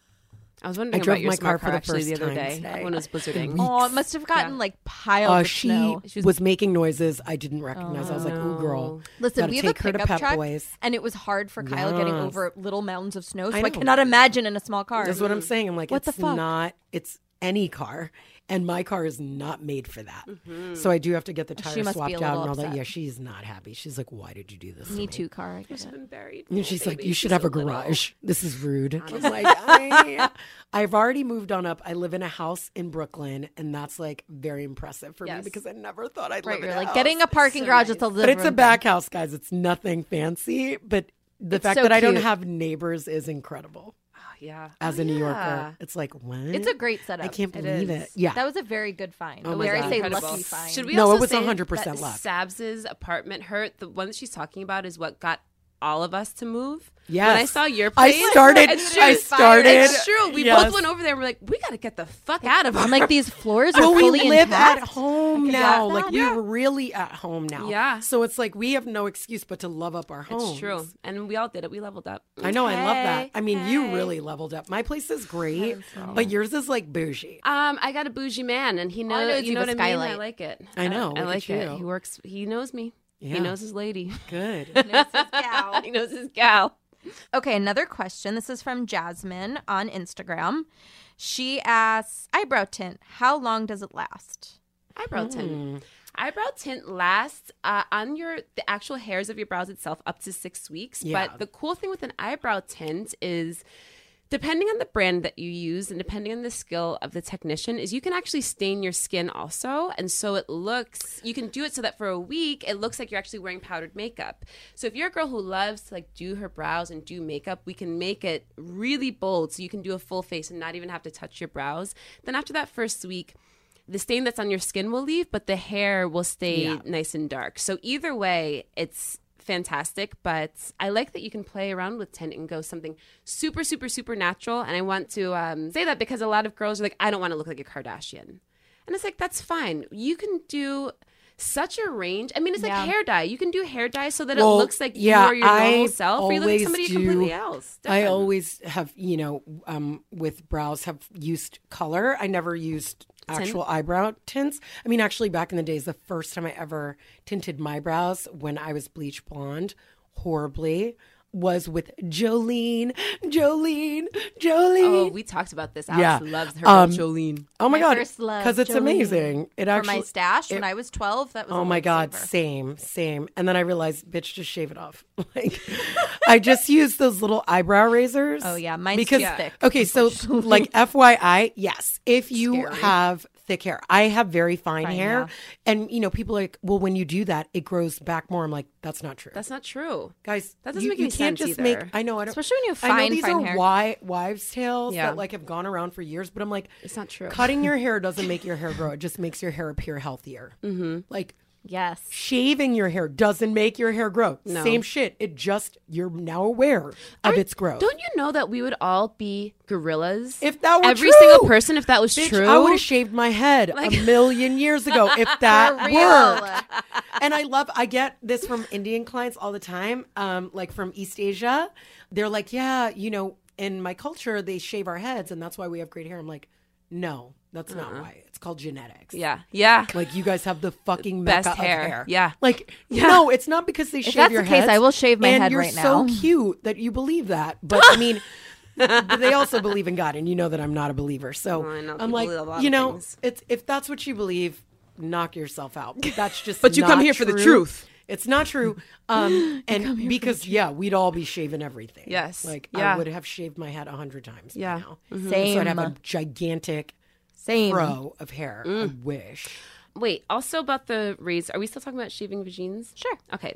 D: I was wondering
C: I
D: about
C: drove
D: your
C: my
D: smart
C: car for the
D: actually the
C: first
D: other
C: time
D: day
C: today.
D: when it was blizzarding.
B: Oh, it must have gotten like piled
C: Uh,
B: with
C: she
B: snow.
C: was, making noises I didn't recognize. I was like, "Ooh, girl,
B: Listen,
C: gotta
B: we have a
C: take her to
B: pickup
C: Pep
B: truck,
C: Boys."
B: and it was hard for Kyle getting
C: Yes.
B: over little mounds of snow. So I,
C: know.
B: cannot imagine in a small car.
C: That's what I'm saying. I'm like,
B: What the
C: it's
B: fuck?
C: not. It's any car, and my car is not made for that. So I do have to get the tires
B: Mm-hmm. Oh, must be
C: swapped
B: a
C: out
B: little
C: and all that.
B: upset.
C: Yeah, she's not happy. She's like, "Why did you do this?" to
B: Me too, car. I get it.
C: And she's like, you should have a garage. This is rude. I'm like, I, have already moved on up. I live in a house in Brooklyn, and that's like very impressive for me because I never thought I'd
B: Right,
C: live in
B: you're
C: a
B: like
C: house.
B: getting a parking garage. It's a little,
C: but it's a back house, guys. It's nothing fancy, but the fact
B: so
C: that I don't
B: cute.
C: have neighbors is incredible.
D: yeah.
C: As a New Yorker, it's like what?
B: It's a great setup.
C: I can't
B: It
C: believe
B: is.
C: it. Yeah.
B: that was a very good find.
C: Oh my
B: Dare I
C: God.
B: say
C: Incredible.
B: lucky find?
D: Should we
C: No,
D: also
C: it was
D: say
C: 100%
D: that
C: luck.
D: Sabs's apartment hurt. The one that she's talking about is what got all of us to move.
C: Yes.
D: When I saw your
C: I
D: place,
C: started-
D: It's
C: I
D: true.
C: started-
D: It's true. We
C: Yes.
D: both went over there. and We're like, we gotta get the fuck out of.
B: I'm
D: here.
B: like these floors are
C: Well, we
B: fully
C: live
B: intact.
C: at home now. Like we're really at home now.
D: Yeah.
C: So it's like we have no excuse but to love up our home.
D: It's true. And we all did it. We leveled up.
C: "Oh." I know. I love that. I mean, you really leveled up. My place is great, but yours is like bougie.
D: Um, I got a bougie man, and he
B: I
D: knows.
B: know is
D: you
B: you
D: know
B: have
D: what
B: a
D: I mean. I
B: skylight.
D: like it.
C: I know.
D: I
C: Look
D: like
C: at
D: it.
C: you.
D: He works. He knows me.
C: Yeah.
D: He knows his lady.
C: Good.
D: he knows his gal.
B: Okay, another
F: Another question. This is from Jasmine on Instagram. She asks, eyebrow tint, how long does it last?
D: Eyebrow
C: Hmm.
D: tint. Eyebrow tint lasts uh, on your the actual hairs of your brows itself up to six weeks.
C: Yeah.
D: But the cool thing with an eyebrow tint is. Depending on the brand that you use and depending on the skill of the technician is you can actually stain your skin also and so it looks you can do it so that for a week it looks like you're actually wearing powdered makeup. So if you're a girl who loves to like do her brows and do makeup, we can make it really bold so you can do a full face and not even have to touch your brows. Then after that first week, the stain that's on your skin will leave, but the hair will stay nice and dark. So either way, it's fantastic. But I like that you can play around with tint and go something super, super, super natural. And I want to um, say that because a lot of girls are like, I don't want to look like a Kardashian, and it's like that's fine. You can do such a range. I mean, it's like hair dye. You can do hair dye so that
C: Well,
D: it looks like
C: yeah,
D: you are your normal
C: I
D: self, or you look like
C: always
D: somebody
C: do-
D: completely else.
C: I
D: Different.
C: always have, you know, um, with brows have used color. I never used actual eyebrow tints. I mean, actually, back in the days, the first time I ever tinted my brows when I was bleach blonde, horribly, was with Jolene, Jolene, Jolene.
D: Oh, we talked about this. Alice
C: Yeah.
D: loves her
C: Um,
D: Jolene.
C: Oh my, god!
B: first love,
C: Because it's
B: Jolene.
C: amazing. It
F: For
C: actually.
F: my stash when I was 12, that was
C: oh
F: a
C: my god!
F: lifesaver.
C: Same, same. And then I realized, bitch, just shave it off. Like, I just used those little eyebrow razors. Oh
F: yeah, mine's
C: because
F: too thick,
C: okay, so like FYI, yes, if you have thick hair, I have very fine, hair, and you know people are like, well, when you do that, it grows back more. I'm like, that's not true.
D: That's not true.
C: Guys,
D: That doesn't
C: you,
D: make
C: you
D: any
C: can't
D: sense
C: just
D: either.
C: make. I know. I don't.
F: Especially when you have
C: I know
F: fine,
C: these
F: fine
C: are
F: hair.
C: wi- wives' tales
D: Yeah.
C: that like have gone around for years, but I'm like,
D: It's not true.
C: Cutting your hair doesn't make your hair grow; it just makes your hair appear healthier. Mm-hmm. Like
B: yes.
C: shaving your hair doesn't make your hair grow. Same shit. It just you're now aware of its growth.
D: Don't you know that we would all be gorillas?
C: If that were
D: every
C: true!
D: single person, if that was
C: Bitch,
D: true,
C: I would have shaved my head a million years ago if that worked. And I love, I get this from Indian clients all the time, um, like from East Asia. They're like, yeah, you know, in my culture, they shave our heads and that's why we have great hair. I'm like, no, that's not why. It's called genetics.
D: Uh-huh. yeah, yeah.
C: Like you guys have the fucking
D: Best
C: mecca of
D: hair.
C: hair.
D: Yeah.
C: Like no, it's not because they shave
B: that's
C: your
B: the case,
C: heads,
B: I will shave my
C: and
B: head
C: you're
B: right
C: so
B: now.
C: cute that you believe that, but I mean, but they also believe in God, and you know that I'm not a believer. So
D: I know
C: I'm
D: people
C: like,
D: believe a lot
C: you
D: of
C: know,
D: things.
C: it's if that's what you believe, knock yourself out. That's just.
G: But you come
C: not
G: here for the
C: true.
G: truth.
C: It's not true, um, and because yeah, we'd all be shaving everything.
D: Yes.
C: like I
D: Yeah.
C: would have shaved my head a hundred times. by
D: Yeah.
C: now.
B: Mm-hmm. Same.
C: So I'd have a gigantic
B: Same.
C: fro of hair. I wish.
D: Wait, also about the raise. Are we still talking about shaving vagines? Sure. Okay.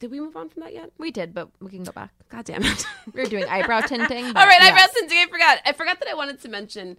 D: Did we move on from that yet?
B: We did, but we can go back.
D: God damn it.
B: We were doing eyebrow tinting.
D: All right, eyebrow tinting. I forgot. I forgot that I wanted to mention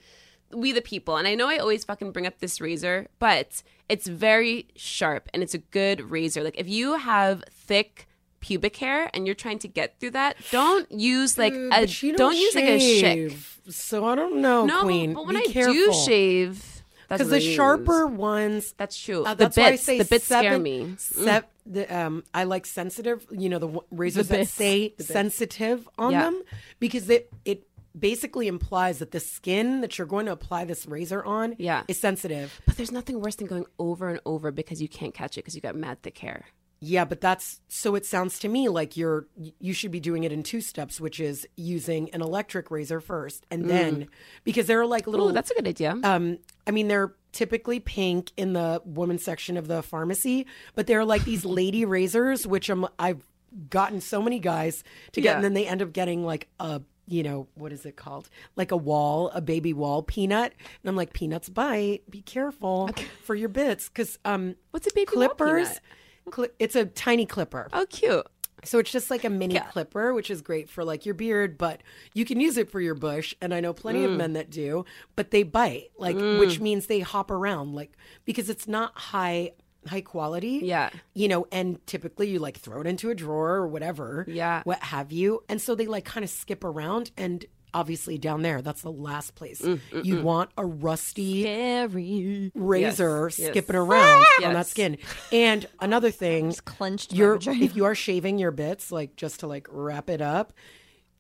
D: We the People, and I know I always fucking bring up this razor, but it's very sharp and it's a good razor. Like if you have thick pubic hair and you're trying to get through that, don't use like
C: Dude,
D: a
C: Mm, but she
D: don't use like a shake.
C: shave, So I don't know,
D: No,
C: Queen.
D: but when
C: Be
D: I
C: careful.
D: do shave, That's
C: Because
D: what
C: the
D: I use.
C: sharper ones
D: That's true.
C: Uh,
D: the
C: that's why I
D: bits,
C: say
D: the bits scare
C: seven-
D: me. Mm.
C: sep- the, um, I like sensitive. You know the w- razors that
D: bits.
C: say sensitive on
D: Yeah.
C: them because it it basically implies that the skin that you're going to apply this razor on
D: Yeah.
C: is sensitive.
D: But there's nothing worse than going over and over because you can't catch it because you got mad thick hair.
C: Yeah, but that's so it sounds to me like you're you should be doing it in two steps, which is using an electric razor first and then because there are like little
D: Mm. Ooh, that's a good idea.
C: um i mean they're typically pink in the women's section of the pharmacy but they're like these lady razors which i i've gotten so many guys to get
D: Yeah.
C: and then they end up getting like a you know what is it called like a wall a baby wall peanut and i'm like peanuts bite be careful for your bits because um
D: What's a baby wall
C: clippers
D: peanut?
C: cli- it's a tiny clipper
D: oh, cute.
C: so it's just like a mini clipper, which is great for like your beard, but you can use it for your bush. And I know plenty
D: Mm.
C: of men that do, but they bite, like which means they hop around, like because it's not high high quality.
D: Yeah.
C: You know, and typically you like throw it into a drawer or whatever.
D: Yeah.
C: What have you. And so they like kind of skip around and obviously down there, that's the last place you want a rusty
D: Mm, Scary.
C: razor
D: Yes, yes.
C: skipping around on that
D: Yes.
C: skin. And another thing,
B: clenched my
C: your
B: vagina.
C: if you are shaving your bits, like just to like wrap it up,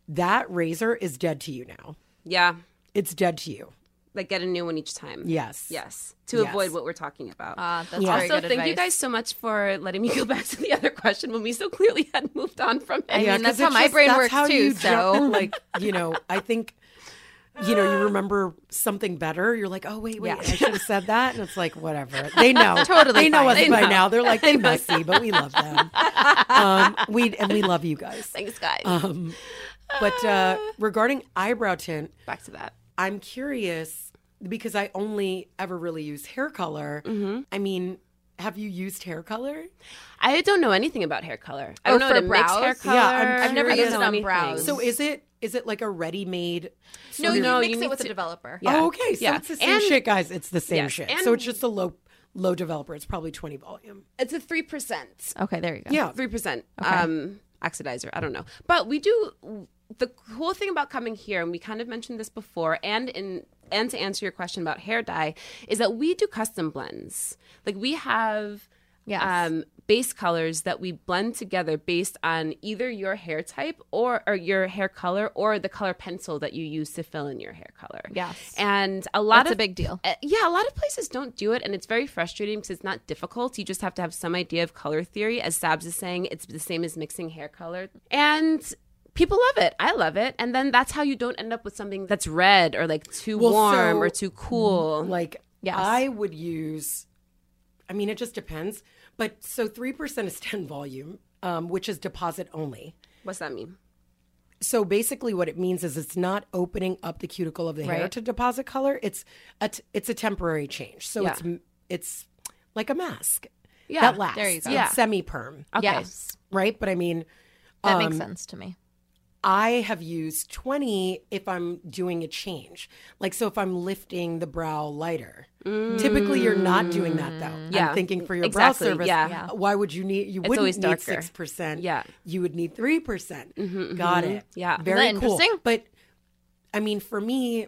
C: that razor is dead to you now.
D: Yeah.
C: It's dead to you.
D: Like get a new one each time.
C: Yes.
D: Yes. To
C: Yes.
D: avoid what we're talking about.
B: Ah, that's
C: Yeah.
B: very
D: Uh, also,
B: good
D: thank you
B: advice.
D: guys so much for letting me go back to the other question when we so clearly had moved on from it.
B: mean,
C: 'cause
B: that's
C: it
B: how my brain
C: that's
B: works
C: how
B: too,
C: you
B: so.
C: ju- like, you know, I think you know, you remember something better. You're like, oh wait, wait, I should have said that. And it's like, whatever. They know.
B: Totally
C: They know
B: fine.
C: us
B: They
C: by
D: know.
C: now. They're like, they messy, but we love them. Um, we and we love you guys.
D: Thanks, guys.
C: Um, but uh, regarding eyebrow tint,
D: back to that.
C: I'm curious because I only ever really use hair color.
D: Mm-hmm.
C: I mean, have you used hair color?
D: I don't know anything about hair color. I
B: Or
D: don't know
B: for
D: how to mix hair
B: brows?
D: color.
C: Yeah, I'm
B: I've never
D: I don't
B: used
D: know
B: it on
D: anything.
B: brows.
C: So is it is it like a ready-made?
B: No, you
D: No,
B: mix
D: you
B: it
D: need
B: with a
D: to-
B: developer.
D: Yeah.
C: Oh, okay. So
D: Yeah.
C: it's the same
D: And-
C: shit, guys. It's the same
D: Yes,
C: shit.
D: and-
C: So it's just a low low developer. It's probably 20 volume.
D: It's a three percent.
B: Okay, there you go.
C: Yeah.
D: three percent um oxidizer i don't know but we do the cool thing about coming here and we kind of mentioned this before and in and to answer your question about hair dye is that we do custom blends like we have
B: Yes.
D: um base colors that we blend together based on either your hair type or, or your hair color or the color pencil that you use to fill in your hair color
B: Yes.
D: and a lot
B: That's a
D: of
B: big deal.
D: uh, yeah, a lot of places don't do it, and it's very frustrating because it's not difficult. You just have to have some idea of color theory. As Sabs is saying, it's the same as mixing hair color. And people love it. I love it. And then that's how you don't end up with something that's red or like too
C: Well,
D: warm
C: so- Mm-hmm.
D: or too cool.
C: Like I would use I mean it just depends. But so 3% is 10 volume, um, which is deposit only.
D: What's that mean?
C: so basically what it means is it's not opening up the cuticle of the hair
B: Right.
C: to deposit color it's a t- it's a temporary change so it's m- it's like a mask
D: Yeah,
C: that lasts
B: there you go.
C: It's
D: Yeah.
C: semi-perm
D: Okay. Um,
B: Yes.
C: right but i mean
B: That makes sense to me.
C: i have used 20 if i'm doing a change like so if i'm lifting the brow lighter typically you're not doing that though
D: Yeah.
C: i'm thinking for your
D: Exactly,
C: brow service
D: yeah. Yeah.
C: why would you need you wouldn't
D: always
C: need
D: darker.
C: 6%
D: Yeah. Mm-hmm,
C: you would need 3% percent got it
D: Yeah. Isn't
C: very
B: that
C: cool
B: interesting?
C: but I mean, for me,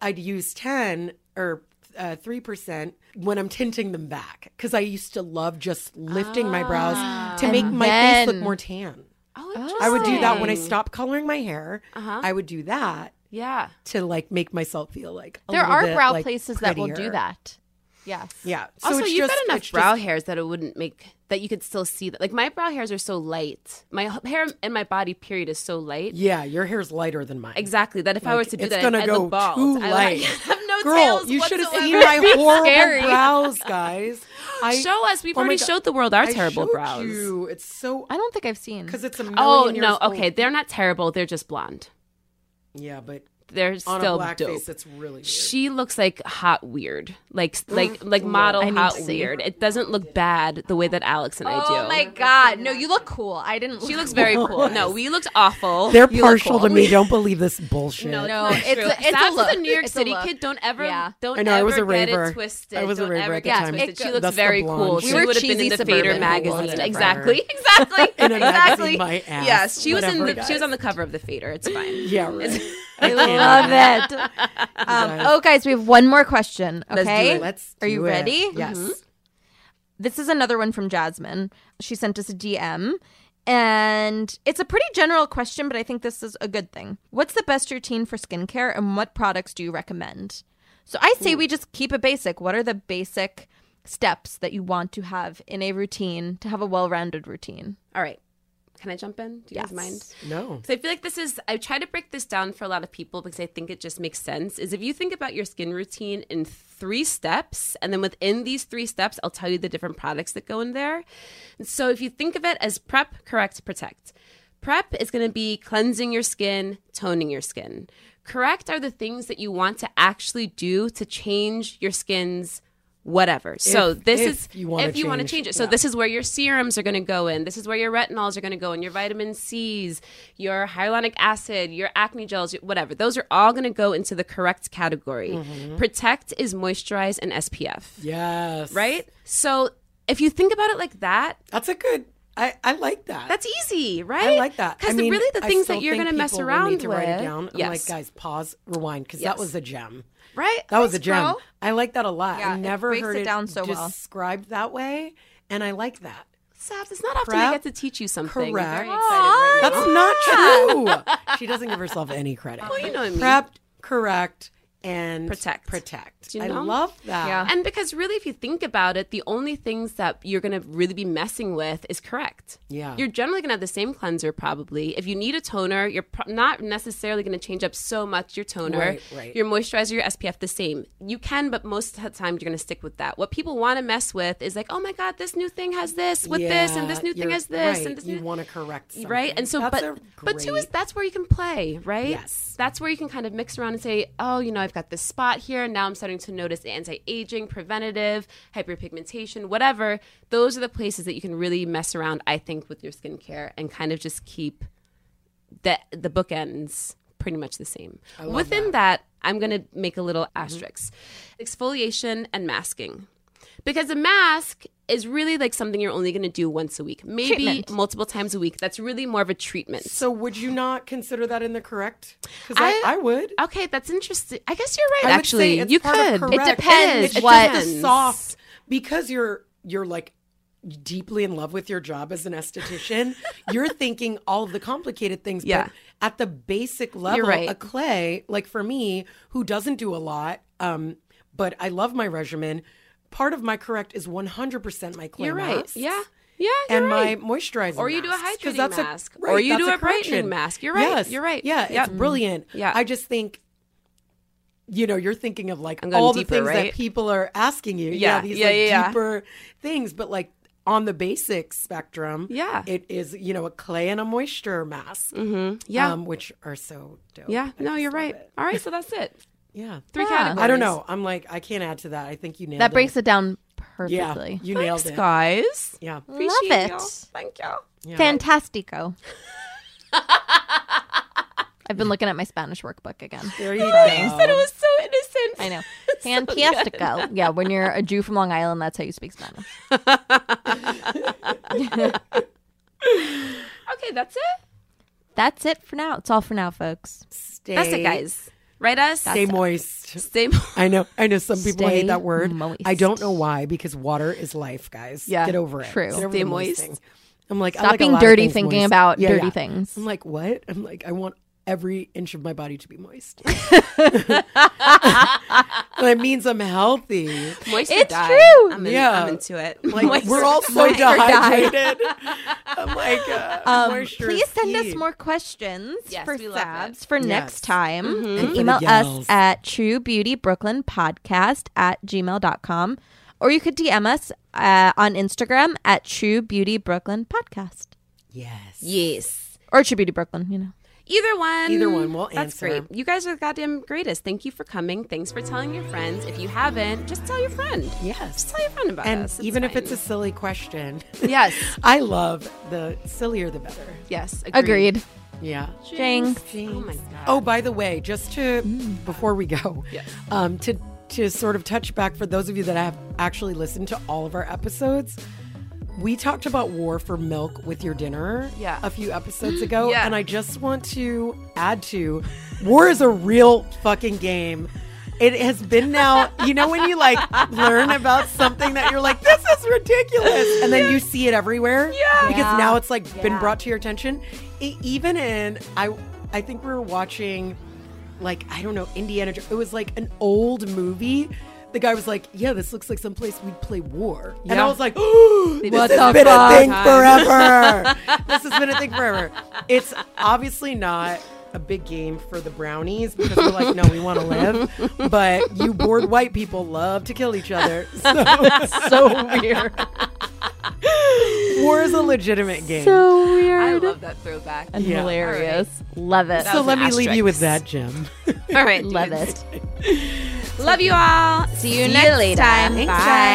C: I'd use 10 or uh, 3% when I'm tinting them back because I used to love just lifting my brows
D: Ah.
C: to make my face look
B: then-
C: more tan.
D: Oh,
C: I would do that when I
D: interesting.
C: stopped coloring my hair.
D: Uh-huh.
C: I would do that
D: Yeah.
C: to like make myself feel like a
B: There
C: little
B: are
C: bit,
B: brow
C: like,
B: places that will do
C: prettier.
B: that. Yes.
C: Yeah.
D: also,
C: it's
D: you've
C: just-
D: got enough
C: it's
D: brow
C: just-
D: hairs that it wouldn't make that you could still see that. Like my brow hairs are so light. My h- hair and my body period is so light.
C: Yeah, your hair's lighter than mine.
D: Exactly. That if I were to do
C: it's
D: that,
C: gonna
D: I'd
C: go
D: look bald.
C: too
D: I,
C: light.
D: I have no
C: Girl,
D: tails
C: you should have
D: whatsoever.
C: seen my horrible
B: scary.
C: brows, guys. I,
D: Show us. We've
C: Oh my
D: already
C: God.
D: showed the world our
C: I
D: terrible
C: showed
D: brows.
C: You. It's so
B: I don't think I've seen.
C: because it's a million
D: Oh
C: years
D: no.
C: old.
D: Okay, they're not terrible. They're just blonde.
C: Yeah, but
D: They're
C: on
D: still
C: a black
D: dope.
C: face, it's really weird.
D: she looks like hot weird, like
C: Mm,
D: like like model
B: I need
D: hot
B: to see.
D: weird. It doesn't look bad the way that Alex and I do.
B: Oh my god! No, you look cool. I didn't.
D: She looks very cool. No, we looked awful.
C: They're
B: You look cool.
C: partial to me. Don't believe this bullshit.
D: No,
B: No,
D: it's,
B: it's a-
D: a,
B: it's a look.
D: a New York
B: It's a
D: City
B: look.
D: kid. Don't ever,
B: Yeah.
D: don't
C: I know, I was
D: ever
C: a
D: get
C: raver.
D: it twisted.
C: I was a
D: don't
C: raver
D: ever
C: at the
D: get
C: time.
D: twisted.
B: It
D: She
B: go-
D: looks
C: That's the
D: very
C: blonde
D: cool.
C: shit.
D: She
C: We were
D: would have been in
B: cheesy
D: the
B: suburban
D: Vader magazine.
B: people.
D: Exactly, exactly,
C: In a magazine,
D: exactly.
C: my ass,
D: Yes, she was in.
C: whatever,
D: The, she was
C: guys.
D: on the cover of the Fader. It's fine.
C: Yeah, right.
B: I love it. Um, oh, guys, we have one more question. Okay.
A: Let's do it.
C: Let's.
B: Are you
C: do it.
B: ready?
C: Yes.
B: This is another one from Jasmine. She sent us a DM. And it's a pretty general question, but I think this is a good thing. What's the best routine for skincare and what products do you recommend? So I say we just keep it basic. What are the basic steps that you want to have in a routine to have a well rounded routine?
D: All right. Can I jump in? Do you guys mind?
C: No.
D: So I feel like this is I try to break this down for a lot of people because I think it just makes sense. Is if you think about your skin routine in three steps, and then within these three steps, I'll tell you the different products that go in there. And so if you think of it as prep, correct, protect. Prep is going to be cleansing your skin, toning your skin. Correct are the things that you want to actually do to change your skin's whatever. so this
C: if
D: is
C: you wanna
D: if you want to
C: change-
D: change it. So this is where your serums are going to go in. This is where your retinols are going to go in. Your vitamin C's, your hyaluronic acid, your acne gels, whatever. Those are all going to go into the correct category. Protect is moisturize and SPF,
C: Mm-hmm. Yes.
D: right? So if you think about it like that,
C: That's a good. I, I like that.
D: that's easy, right?
C: I like that
D: Because
C: I mean,
D: really, the
C: I
D: things
C: still
D: that you're
C: think
D: going to mess
C: people will
D: around
C: need to
D: with,
C: write it down. I'm
D: yes,
C: like, guys, pause, rewind, because
D: Yes.
C: that was a gem.
D: right?
C: That was a
B: Thanks,
C: gem.
B: girl.
C: I like that a lot.
B: Yeah,
C: I
B: it
C: never
B: breaks
C: heard
B: it down so well.
C: described that way, and I like that.
D: Sabs, it's not often I
C: Prep,
D: get to teach you something. I'm very
C: correct.
D: excited right now.
C: That's not true. she doesn't give herself any credit.
D: Well, you know what I mean.
C: Prepped, correct, and
D: Protect.
C: Protect.
D: Do you
C: I
D: know?
C: love that.
B: Yeah.
D: And because really, if you think about it, the only things that you're going to really be messing with is correct.
C: Yeah.
D: You're generally going to have the same cleanser probably. If you need a toner, you're pro- not necessarily going to change up so much your toner.
C: Right, right.
D: Your moisturizer, your SPF, the same. You can, but most of the time, you're going to stick with that. What people want to mess with is like, oh my God, this new thing has this with this, and this
C: Yeah,
D: new thing
C: you're
D: has this,
C: right.
D: and this
C: you
D: new
C: want to correct something.
D: right and so
C: That's a
D: but but two is
C: great-
D: that's where you can play right
C: Yes.
D: that's where you can kind of mix around and say oh you know i've got this spot here and now i'm starting to notice anti-aging preventative hyperpigmentation whatever those are the places that you can really mess around i think with your skincare and kind of just keep the the bookends pretty much the same within that, i'm going to make a little asterisk exfoliation and masking because a mask is really like something you're only going to do once a week, maybe multiple times a week. That's really more of a treatment.
C: So would you not consider that in the correct? Because I, I, would.
D: Okay, that's interesting. I guess you're right.
C: I would
D: actually,
C: say it's
D: you
C: part
D: could.
C: of correct.
D: It depends.
C: It's
D: It
C: just
D: depends.
C: the soft because you're you're like deeply in love with your job as an esthetician. you're thinking all of the complicated things,
D: Yeah.
C: but at the basic level,
D: right.
C: a clay like for me who doesn't do a lot, um, but I love my regimen. Part of my correct is 100% my clay
D: You're right.
C: masks
D: Yeah. Yeah. You're
C: and
D: right.
C: my moisturizer.
D: Or you do a
C: mask, 'cause
D: hydrating
C: that's
D: mask, or you
C: that's
D: do a brightening
C: correction.
D: mask. You're right,
C: Yes.
D: you're right.
C: Yeah, it's
D: Yep.
C: brilliant.
D: Yeah.
C: I just think, you know, you're thinking of like
D: I'm going
C: all
D: deeper,
C: the things
D: right?
C: that people are asking you.
D: Yeah,
C: these
D: yeah,
C: like
D: yeah, yeah.
C: deeper things, but like on the basic spectrum,
D: Yeah.
C: it is you know a clay and a moisture mask,
D: Yeah.
C: um, which are so dope.
D: yeah. No, you're right. All right. So that's it.
C: yeah.
D: Three categories.
C: I don't know. I'm like I can't add to that. I think you nailed
B: That
C: it.
B: breaks it down
C: Yeah,
B: perfectly.
C: you nailed
D: Thanks,
C: it.
D: guys.
C: Yeah,
D: Appreciate
B: Love it.
D: y'all. Thank y'all.
B: Fantastico. I've been looking at my Spanish workbook again.
C: there you go.
D: It was so innocent.
B: I know. Fantastico. yeah, when you're a Jew from Long Island, that's how you speak Spanish.
D: Okay, that's it.
B: That's it for now. It's all for now, folks.
C: Stay,
D: That's it, guys. Write us.
C: Stay moist.
D: Same.
C: I know. I know some people
B: Stay
C: hate that word.
B: moist.
C: I don't know why because water is life, guys.
D: Yeah,
C: Get over it.
B: true.
C: Get over
D: Stay
C: the
D: moist.
C: thing. I'm like, I
B: Stop
C: like a
B: being
C: lot of
B: dirty
C: things
B: thinking
C: moist.
B: about
C: Yeah,
B: dirty
C: yeah.
B: things.
C: I'm like, what? I'm like, I want every inch of my body to be moist. that means I'm healthy.
D: Moisture
B: It's
D: die.
B: true.
D: I'm, in,
C: Yeah.
D: I'm into it.
C: Like
D: Moisture
C: we're all so
D: die.
C: dehydrated. I'm like, uh, moisture
B: Um, Please
C: is
B: send us
C: key.
B: more questions
D: Yes,
B: for
D: we love
B: Sabs
D: it.
B: for
C: Yes.
B: next time.
C: for
B: And
C: the
B: email us
C: yells.
B: at truebeautybrooklynpodcast at gmail.com. Or you could DM us uh, on Instagram at truebeautybrooklynpodcast.
C: Yes.
D: Yes.
B: Or True Beauty Brooklyn, you know.
D: Either one.
C: Either one, we'll
D: That's
C: answer.
D: great. You guys are the goddamn greatest. Thank you for coming. Thanks for telling your friends. If you haven't, just tell your friend.
C: Yes.
D: Just tell your friend about
C: And
D: us.
C: even if it's a silly question,
D: a yes,
C: I love the sillier the better.
D: yes,
B: Agreed.
C: Yeah.
B: Jinx.
D: Oh my god.
C: Oh, by the way, just to before we go,
D: Yes.
C: um, to to sort of touch back for those of you that have actually listened to all of our episodes, We talked about war for milk with your dinner
D: Yeah.
C: a few episodes ago.
D: Yeah.
C: And I just want to add to war is a real fucking game. It has been now, you know, when you like learn about something that you're like, this is ridiculous. And then you see it everywhere. Yeah. Because now it's like been brought to your attention. E- even in, I, I think we were watching like I don't know Indiana. Jo- It was like an old movie. The guy was like, "Yeah, this looks like someplace we'd play war," and I was like, oh, "This
D: What
C: has
D: the
C: been
D: fuck?
C: a thing forever. this has been a thing forever." It's obviously not a big game for the brownies because we're like, "No, we want to live," but you bored white people love to kill each other. So it's so weird. war is a legitimate game. So,
A: I love that throwback.
G: and
C: Yeah.
G: hilarious. Love it.
A: was
C: let
A: an
C: me leave you with that,
A: asterisk.
C: Jim.
A: All right,
G: Love
A: dudes.
G: it.
A: Love you all. See you next time. Bye.